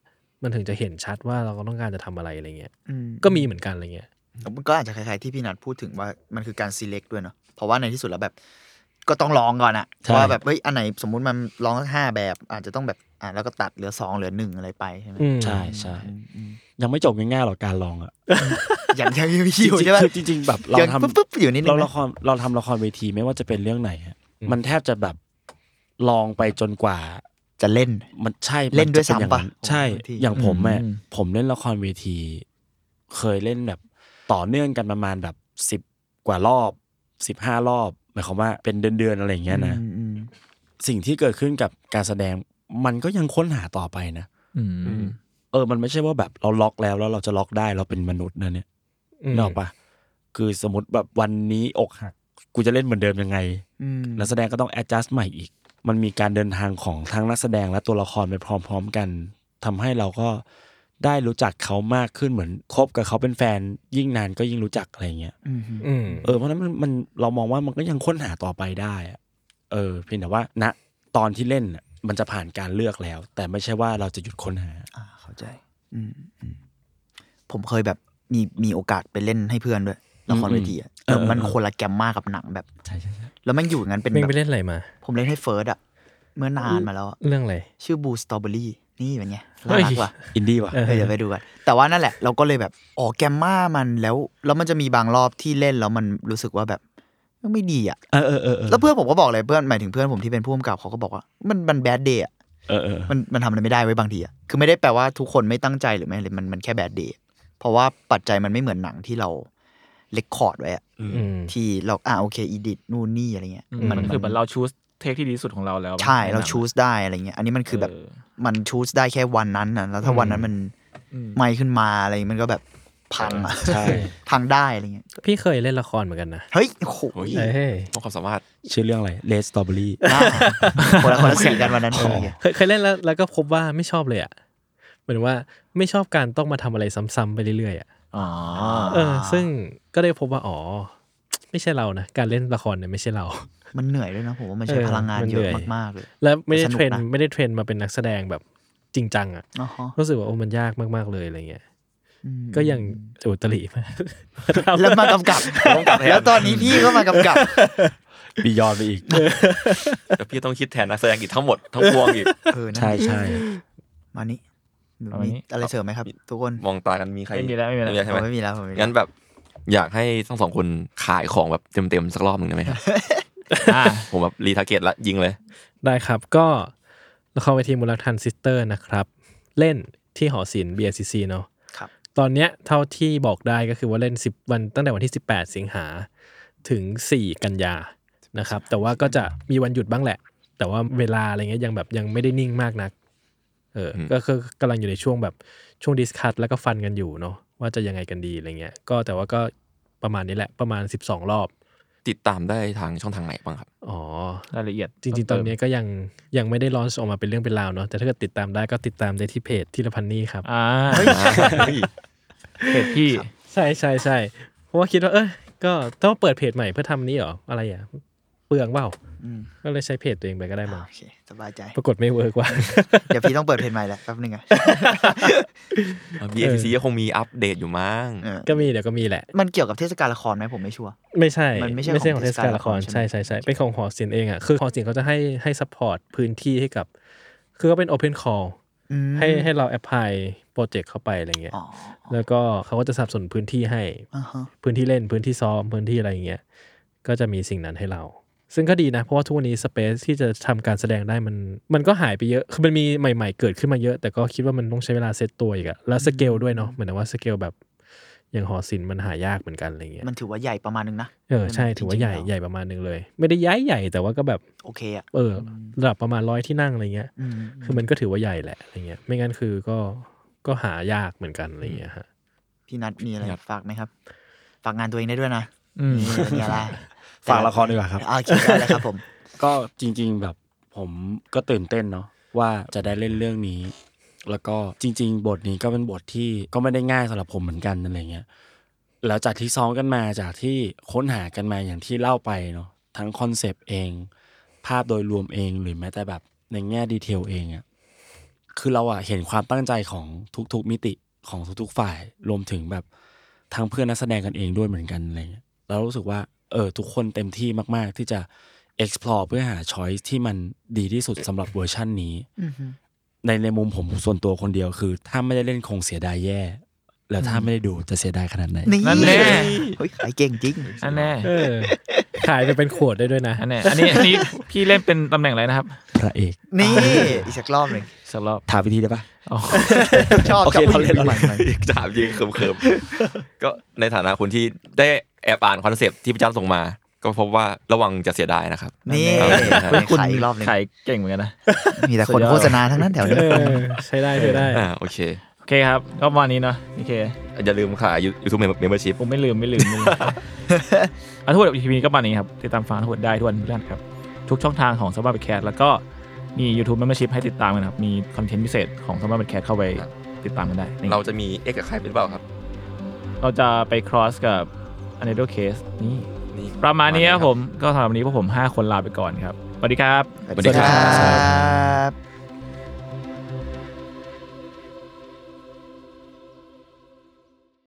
E: มันถึงจะเห็นชัดว่าเราก็ต้องการจะทำอะไรอะไรเงี้ย
C: อืม
E: ก็มีเหมือนกันอะไรเงี้ย
C: มันก็อาจจะคล้ายๆที่พี่นัทพูดถึงว่ามันคือการ select ด้วยเนาะเพราะว่าในที่สุดแล้วแบบ ก็ต้องลองก่อนอะ
F: ใช่
C: ว่าแบบเฮ้ยอันไหนสมมุติมันลองสักห้าแบบ อาจจะต้องแบบอ่ะแล้วก็ตัดเหลือสองเหลือหนึ่งอะไรไปใช่ไหม
E: อืม
F: ใช่ใช่ยังไม่จบง่ายๆหรอกการลองอะ
C: อย่าง [LAUGHS] ยังมีอยู่ใช่ไหม
F: คือจริง ๆ แบบเรา
C: ยัง
F: ทำ
C: ปุ๊บปุ๊บอยู่นิดนึ
F: เรา
C: ง
F: ละ
C: นะ
F: ครเราทำละครเวทีไม่ว่าจะเป็นเรื่องไหนฮะมันแทบจะแบบลองไปจนกว่า
C: จะเล่น
F: มันใช่มั
C: เล่นด้วย
F: จป็อาง
C: ซ้ำปะ
F: ใช่
C: ของเวที
F: อย่างผมแม่
C: อืม
F: ผมเล่นละครเวที เคยเล่นแบบ ต่อเนื่องกันประมาณแบบสิบกว่ารอบสิบห้ารอบหมายความว่าเป็นเดือนๆอะไรอย่างเงี้ยนะ
C: อืมอืม
F: สิ่งที่เกิดขึ้นกับการแสดงมันก็ยังค้นหาต่อไปนะ
B: อืม
F: เออ มันไม่ใช่ว่าแบบเราล็อกแล้วแล้วเราจะล็อกได้เราเป็นมนุษย์นะเนี่ย
E: อืม
F: นึกออกปะคือสมมติแบบวันนี้อกหัก กูจะเล่นเหมือนเดิมยังไง
C: อืม
F: นักแสดงก็ต้อง adjust ใหม่อีก มันมีการเดินทางของทั้งนักแสดงและตัวละครไปพร้อม ๆ กันทำให้เราก็ได้รู้จักเขามากขึ้นเหมือนคบกับเขาเป็นแฟน ยิ่งนานก็ยิ่งรู้จักอะไรเงี้ย
E: อืม
F: เออเพราะฉะนั้นมันมันเรามองว่ามันก็ยังค้นหาต่อไปได้อะเออเพียงแต่ว่าณตอนที่เล่นน่ะมันจะผ่านการเลือกแล้ว แต่ไม่ใช่ว่าเราจะหยุดค้นหา
C: อ่าเข้าใจอืมอืมผมเคยแบบมีมีโอกาสไปเล่นให้เพื่อนด้วยละครเวทีอะแล้วมันคนละแกมมากกับหนังแบบ
F: ใช่ใช่ใช่
C: แล้วแมันอยู่อย่างนั้นเป็น
E: เม่ง
C: แบบ
E: ไปเล่นอะไรมา
C: ผมเล่นให้เฟิร์สอะเมื่อนานมาแล้วอะ
E: เรื่องอะไร
C: ชื่อบูสตอเบอรี่นี่เป็นไง
E: เฮ้
C: น่าย รักว่ะ
F: อินดี้ว่ะ
E: เออ
C: เออเดี๋ยวไปดูกันแต่ว่านั่นแหละเราก็เลยแบบอ๋อแกมมามันแล้ว แล้วมันจะมีบางรอบที่เล่นแล้วมันรู้สึกว่าแบบไม่ดีอ่ะ
F: เออเออเออเออ
C: แล้วเพื่อนผมก็บอกเลยเพื่อนหมายถึงเพื่อนผมที่เป็นผู้กำกับเขาก็บอกว่ามันมันแบดเดย์อ่ะ
F: เออเออ
C: มันมันทำอะไรไม่ได้ไว้ยบางทีอ่ะคือไม่ได้แปลว่าทุกคนไม่ตั้งใจหรือไม่เลยมันมันแค่แบดเดย์เพราะว่าปัจจัยมันไม่เหมือนหนังที่เราเลคคอร์ดไว้อะ
E: อืม
C: ที่เราอ่าโอเคอีดิทนู่นนี่อะไรเงี้ย
B: อืมมันคือเหมือนเราชูสเทคที่ดีที่สุดของเราแล้ว
C: ใช่
B: ใน
C: เรา
B: หนัง
C: ชูสได้อะไรเงี้ยอันนี้มันคือแบบ
B: เ
C: มันชูสได้แค่วันนั้นนะแล้วถ้าวันนั้นมัน
B: อืม
C: ไม่ขึ้นมาอะไรมันก็แบบพังอ่ะ
F: ใช่
C: [LAUGHS] พังได้อะไรเงี้ย
E: พี่เคยเล่นละครเหมือนกันนะ
C: เฮ้ย โอ้โห
D: โอ้ย
E: เอ้ย
D: ต้องความสามารถ
F: ชื่อเรื่องอะไร Red Strawberry
C: บ้าคนละคนละสีกันวันนั้นเออ
E: เคยเคยเล่นแล้วแล้วก็พบว่าไม่ชอบเลยอ่ะเหมือนว่าไม่ชอบการต้องมาทำอะไรซ้ำๆไปเรื่อยๆอ่ะ
C: อ๋อ
E: เออ ซึ่งก็ได้พบว่าอ๋อไม่ใช่เรานะการเล่นละครเนี่ยไม่ใช่เรา [LAUGHS]
C: มันเหนื่อยด้วยนะผมว่ามันใช้
E: เออ
C: พลังงาน
E: มัน
C: เย
E: เหนื่
C: อะ
E: อย
C: มากๆเลย
E: และไม่ได้
C: สนุ
E: เท
C: ก
E: รน
C: นะ
E: ไม่ได้เทรนมาเป็นนักแสดงแบบจริงจังอ่ะ
C: อ๋อฮะ
E: รู้สึกว่าโอ้มันยากมากๆเลยอะไรเงี้ย
C: อืม
E: ก็ยังอุตริมาก
C: แล้วมากำกับ แล้วตอนนี้พี่ก็มากำกับ
F: บียอนไปอีก
D: แล้วพี่ต้องคิดแทนนักแสดงอีกทั้งหมดทั้งพวงอีก
C: เออนะ
F: ใช่ใช่
C: มานี้
B: ประมาณ
C: มี
B: นี้
C: อะไรเสริมไหมครับ ทุกคน
D: มองตากันมีใคร
B: ไม่มีแล้วไม่มีแล้ว
D: ใช่
C: ผ
D: ไหม
C: มไม่มีแล้วผมไม่มีแล้ว
D: งั้นแบบอยากให้ทั้งสองคนขายของแบบเต็มๆสักรอบหนึ่งได้ไหม
C: [LAUGHS]
D: ครับ
B: อ่า
D: ผมแบบรีทาร์เก็ตละยิงเลย
E: ได้ครับก็ละครเวทีมูลทันซิสเตอร์นะครับ เล่นที่หอศิลป์ BRCC เนาะ
C: ครับ
E: ตอนเนี้ยเท่าที่บอกได้ก็คือว่าเล่น 10 วันตั้งแต่วันที่ 18 สิงหาถึง 4 กันยานะครับ แต่ว่าก็จะมีวันหยุดบ้างแหละ แต่ว่าเวลาอะไรเงี้ยยังแบบยังไม่ได้นิ่งมากนักเอออ
D: ม
E: ก็คือกำลังอยู่ในช่วงแบบช่วงดิสคัตแล้วก็ฟันกันอยู่เนาะว่าจะยังไงกันดีอะไรเงี้ยก็แต่ว่าก็ประมาณนี้แหละประมาณ 12 รอบ
D: ติดตามได้ทางช่องทางไหนบ้างครับ
E: อ๋อ
B: รายละเอียด
E: จริงๆ ตอนนี้ก็ยังยังไม่ได้ลอนช์ออกมาเป็นเรื่องเป็นราวเนาะแต่ถ้าเกิดติดตามได้ก็ติดตามได้ที่เพจที่ละพันนี่ครับ
B: อ่า
C: [LAUGHS] เฮ้ย
D: [LAUGHS]
B: เพจพี่
E: ใช่ใช่ใช่เพราะว่าคิดว่าเออก็ต้องเปิดเพจใหม่เพื่อทำนี่เหรอ อะไรอ่ะ เปลืองเปล่า
C: อืม
E: ก็เลยใช้เพจตัวเองไปก็ได้มั้ง
C: โอเคสบายใจ
E: ปรากฏไม่เวิร์กว่ะ [LAUGHS]
C: เดี๋ยวพี่ต้องเปิดเพลงใหม่แล้วแป๊บนึงอ่ะ
D: b a c c ก็คงมีอัปเดตอยู่มั้ง
C: เออ
E: ก็มีเดี๋ยวก็มีแหละ
C: มันเกี่ยวกับเทศกาลละครไหมผมไม่ชัวร์
E: ไม่ใช่
C: มันไม่ใช่
E: ของเทศกาลละคร
C: ของเทศกาลละครใช่
E: ใช่
C: ไหม
E: ใช่ใช่เป็นของหอศิลป์เองอ่ะคือหอศิลป์เขาจะให้ให้ซัพพอร์ตพื้นที่ให้กับ คือก็เป็น Open Call
C: อืม
E: ให้ให้เราแอพพลายโปรเจกต์เข้าไปอะไรเงี้ย
C: อ๋อ
E: แล้วก็เขาก็จะสนับสนุนพื้นที่ให้
C: อ่าฮะ
E: พื้นที่เล่นพื้นที่ซ้อมพื้นที่อะไรอย่างเงี้ยก็จะมีสิ่งนั้นให้เรา ซึ่งก็ดีนะ เพราะว่าทุกวันนี้สเปซที่จะทำการแสดงได้มัน มันก็หายไปเยอะ คือมันมีใหม่ๆเกิดขึ้นมาเยอะ แต่ก็คิดว่ามันต้องใช้เวลาเซตตัวอีกอะแล้วสเกลด้วยเนาะเหมือนว่าสเกลแบบอย่างหอศิลป์มันหายากเหมือนกันอะไรเงี้ย
C: มันถือว่าใหญ่ประมาณนึงนะ
E: เออใช่ถือว่าใหญ่
C: จริงๆ
E: ให
C: แล้ว
E: ญ่ประมาณหนึงเลย ไม่ได้ย้ายใหญ่แต่ว่าก็แบบ
C: โอเคอ่ะ
E: เออระดับประมาณร้อยที่นั่งอะไรเงี้ย
C: อืม
E: คือมันก็ถือว่าใหญ่แหละอะไรเงี้ย ไม่งั้นคือก็ก็หายากเหมือนกันอะไรเงี้ยฮะ
C: พี่นัทมีอะไร
D: ครับ
C: ฝากไหมครับ ฝากงานตัวเองได้ด้วยนะ
B: อืม
C: นี่มีอะไร
F: ฝากละครดีกว่าครับ
C: อ่โอเคได้เลยครับผม
F: ก็จริง ๆ แบบผมก็ตื่นเต้นเนาะว่าจะได้เล่นเรื่องนี้ แล้วก็จริง ๆ บทนี้ก็เป็นบทที่ก็ไม่ได้ง่ายสำหรับผมเหมือนกันอะไรเงี้ยแล้วจากที่ซ้อมกันมาจากที่ค้นหากันมาอย่างที่เล่าไปเนาะทั้งคอนเซปต์เอง ภาพโดยรวมเองหรือแม้แต่แบบในแง่ดีเทลเองอะคือเราอะเห็นความตั้งใจของทุกๆมิติของทุกๆฝ่ายรวมถึงแบบทางเพื่อนนักแสดงกันเองด้วยเหมือนกันอะไรเงี้ย เรารู้สึกว่าเออทุกคนเต็มที่มากๆ ที่จะ explore เพื่อหา choice ที่มันดีที่สุดสำหรับเวอร์ชั่นนี้ ในในมุมผมส่วนตัวคนเดียวคือ ถ้าไม่ได้เล่นคงเสียดายแย่ แล้วถ้าไม่ได้ดูจะเสียดายขนาดไหน
C: นี่
B: นั่นแน่
C: เฮ้ยขายเก่งจริง
B: อันแน่
E: เอ
F: [LAUGHS]
E: อ ขายไปเป็นขวดได้ด้วยนะ
B: อันแน่อันนี้อันนี้พี่เล่นเป็นตำแหน่งอะไรนะครับ
F: พระเอก
C: นี่ อีกสักรอบหนึ่ง
B: สักรอบ
F: ถามวิธีได้ปะ
C: ชอบ
F: โอ
C: ช
F: เค
C: อบ
F: เราเล่นเราเล่น
D: จะถามยิงเขิมๆ [LAUGHS] ก็ในฐานะคนที่ได้แอบอ่านคอนเซปต์ที่พี่จ้ำส่งมา ก็พบว่าระวังจะเสียดายนะครับ
C: นี่
D: เอาเลยนะครับ
C: คุณขายอีกรอบหนึ่ง
B: ขายเก่งเหมือนกันนะ
C: มีแต่คนโฆษณาทั้งนั้นแถวนี้
E: เออใช้ได้ใช้ได้
D: อ่าโอเค
C: โอ
B: เคครับ ก็ประมาณนี้เนาะโอเค
D: อย่าลืมค่ะยูทูบเมมเบอร์ชิพ
B: ผมไม่ลืมไม่ลืมไม่ลืม
D: [LAUGHS]
B: อาทุกอีพีนี้ก็ประมาณนี้ครับ ติดตามฟังอาทุกได้ทุกวันพฤหัสครับ ทุกช่องทางของสมาร์ทแคสแล้วก็มี YouTube Membership ให้ติดตามกันครับ มีคอนเทนต์พิเศษของสมาร์ทแคสเข้าไป
D: ครับ
B: ติดตามกันได้นี่
D: เราจะมีเอ็กกับใครหรือเปล่าครับ
B: เราจะไป cross กับ a n e d o case นี่
D: นี่
B: ประมาณนี้ครับผมก็สำหรับวันนี้พวกผม 5 คนลาไปก่อนครับสวัสดีครับ
D: สวัสดีครับ
C: อ่า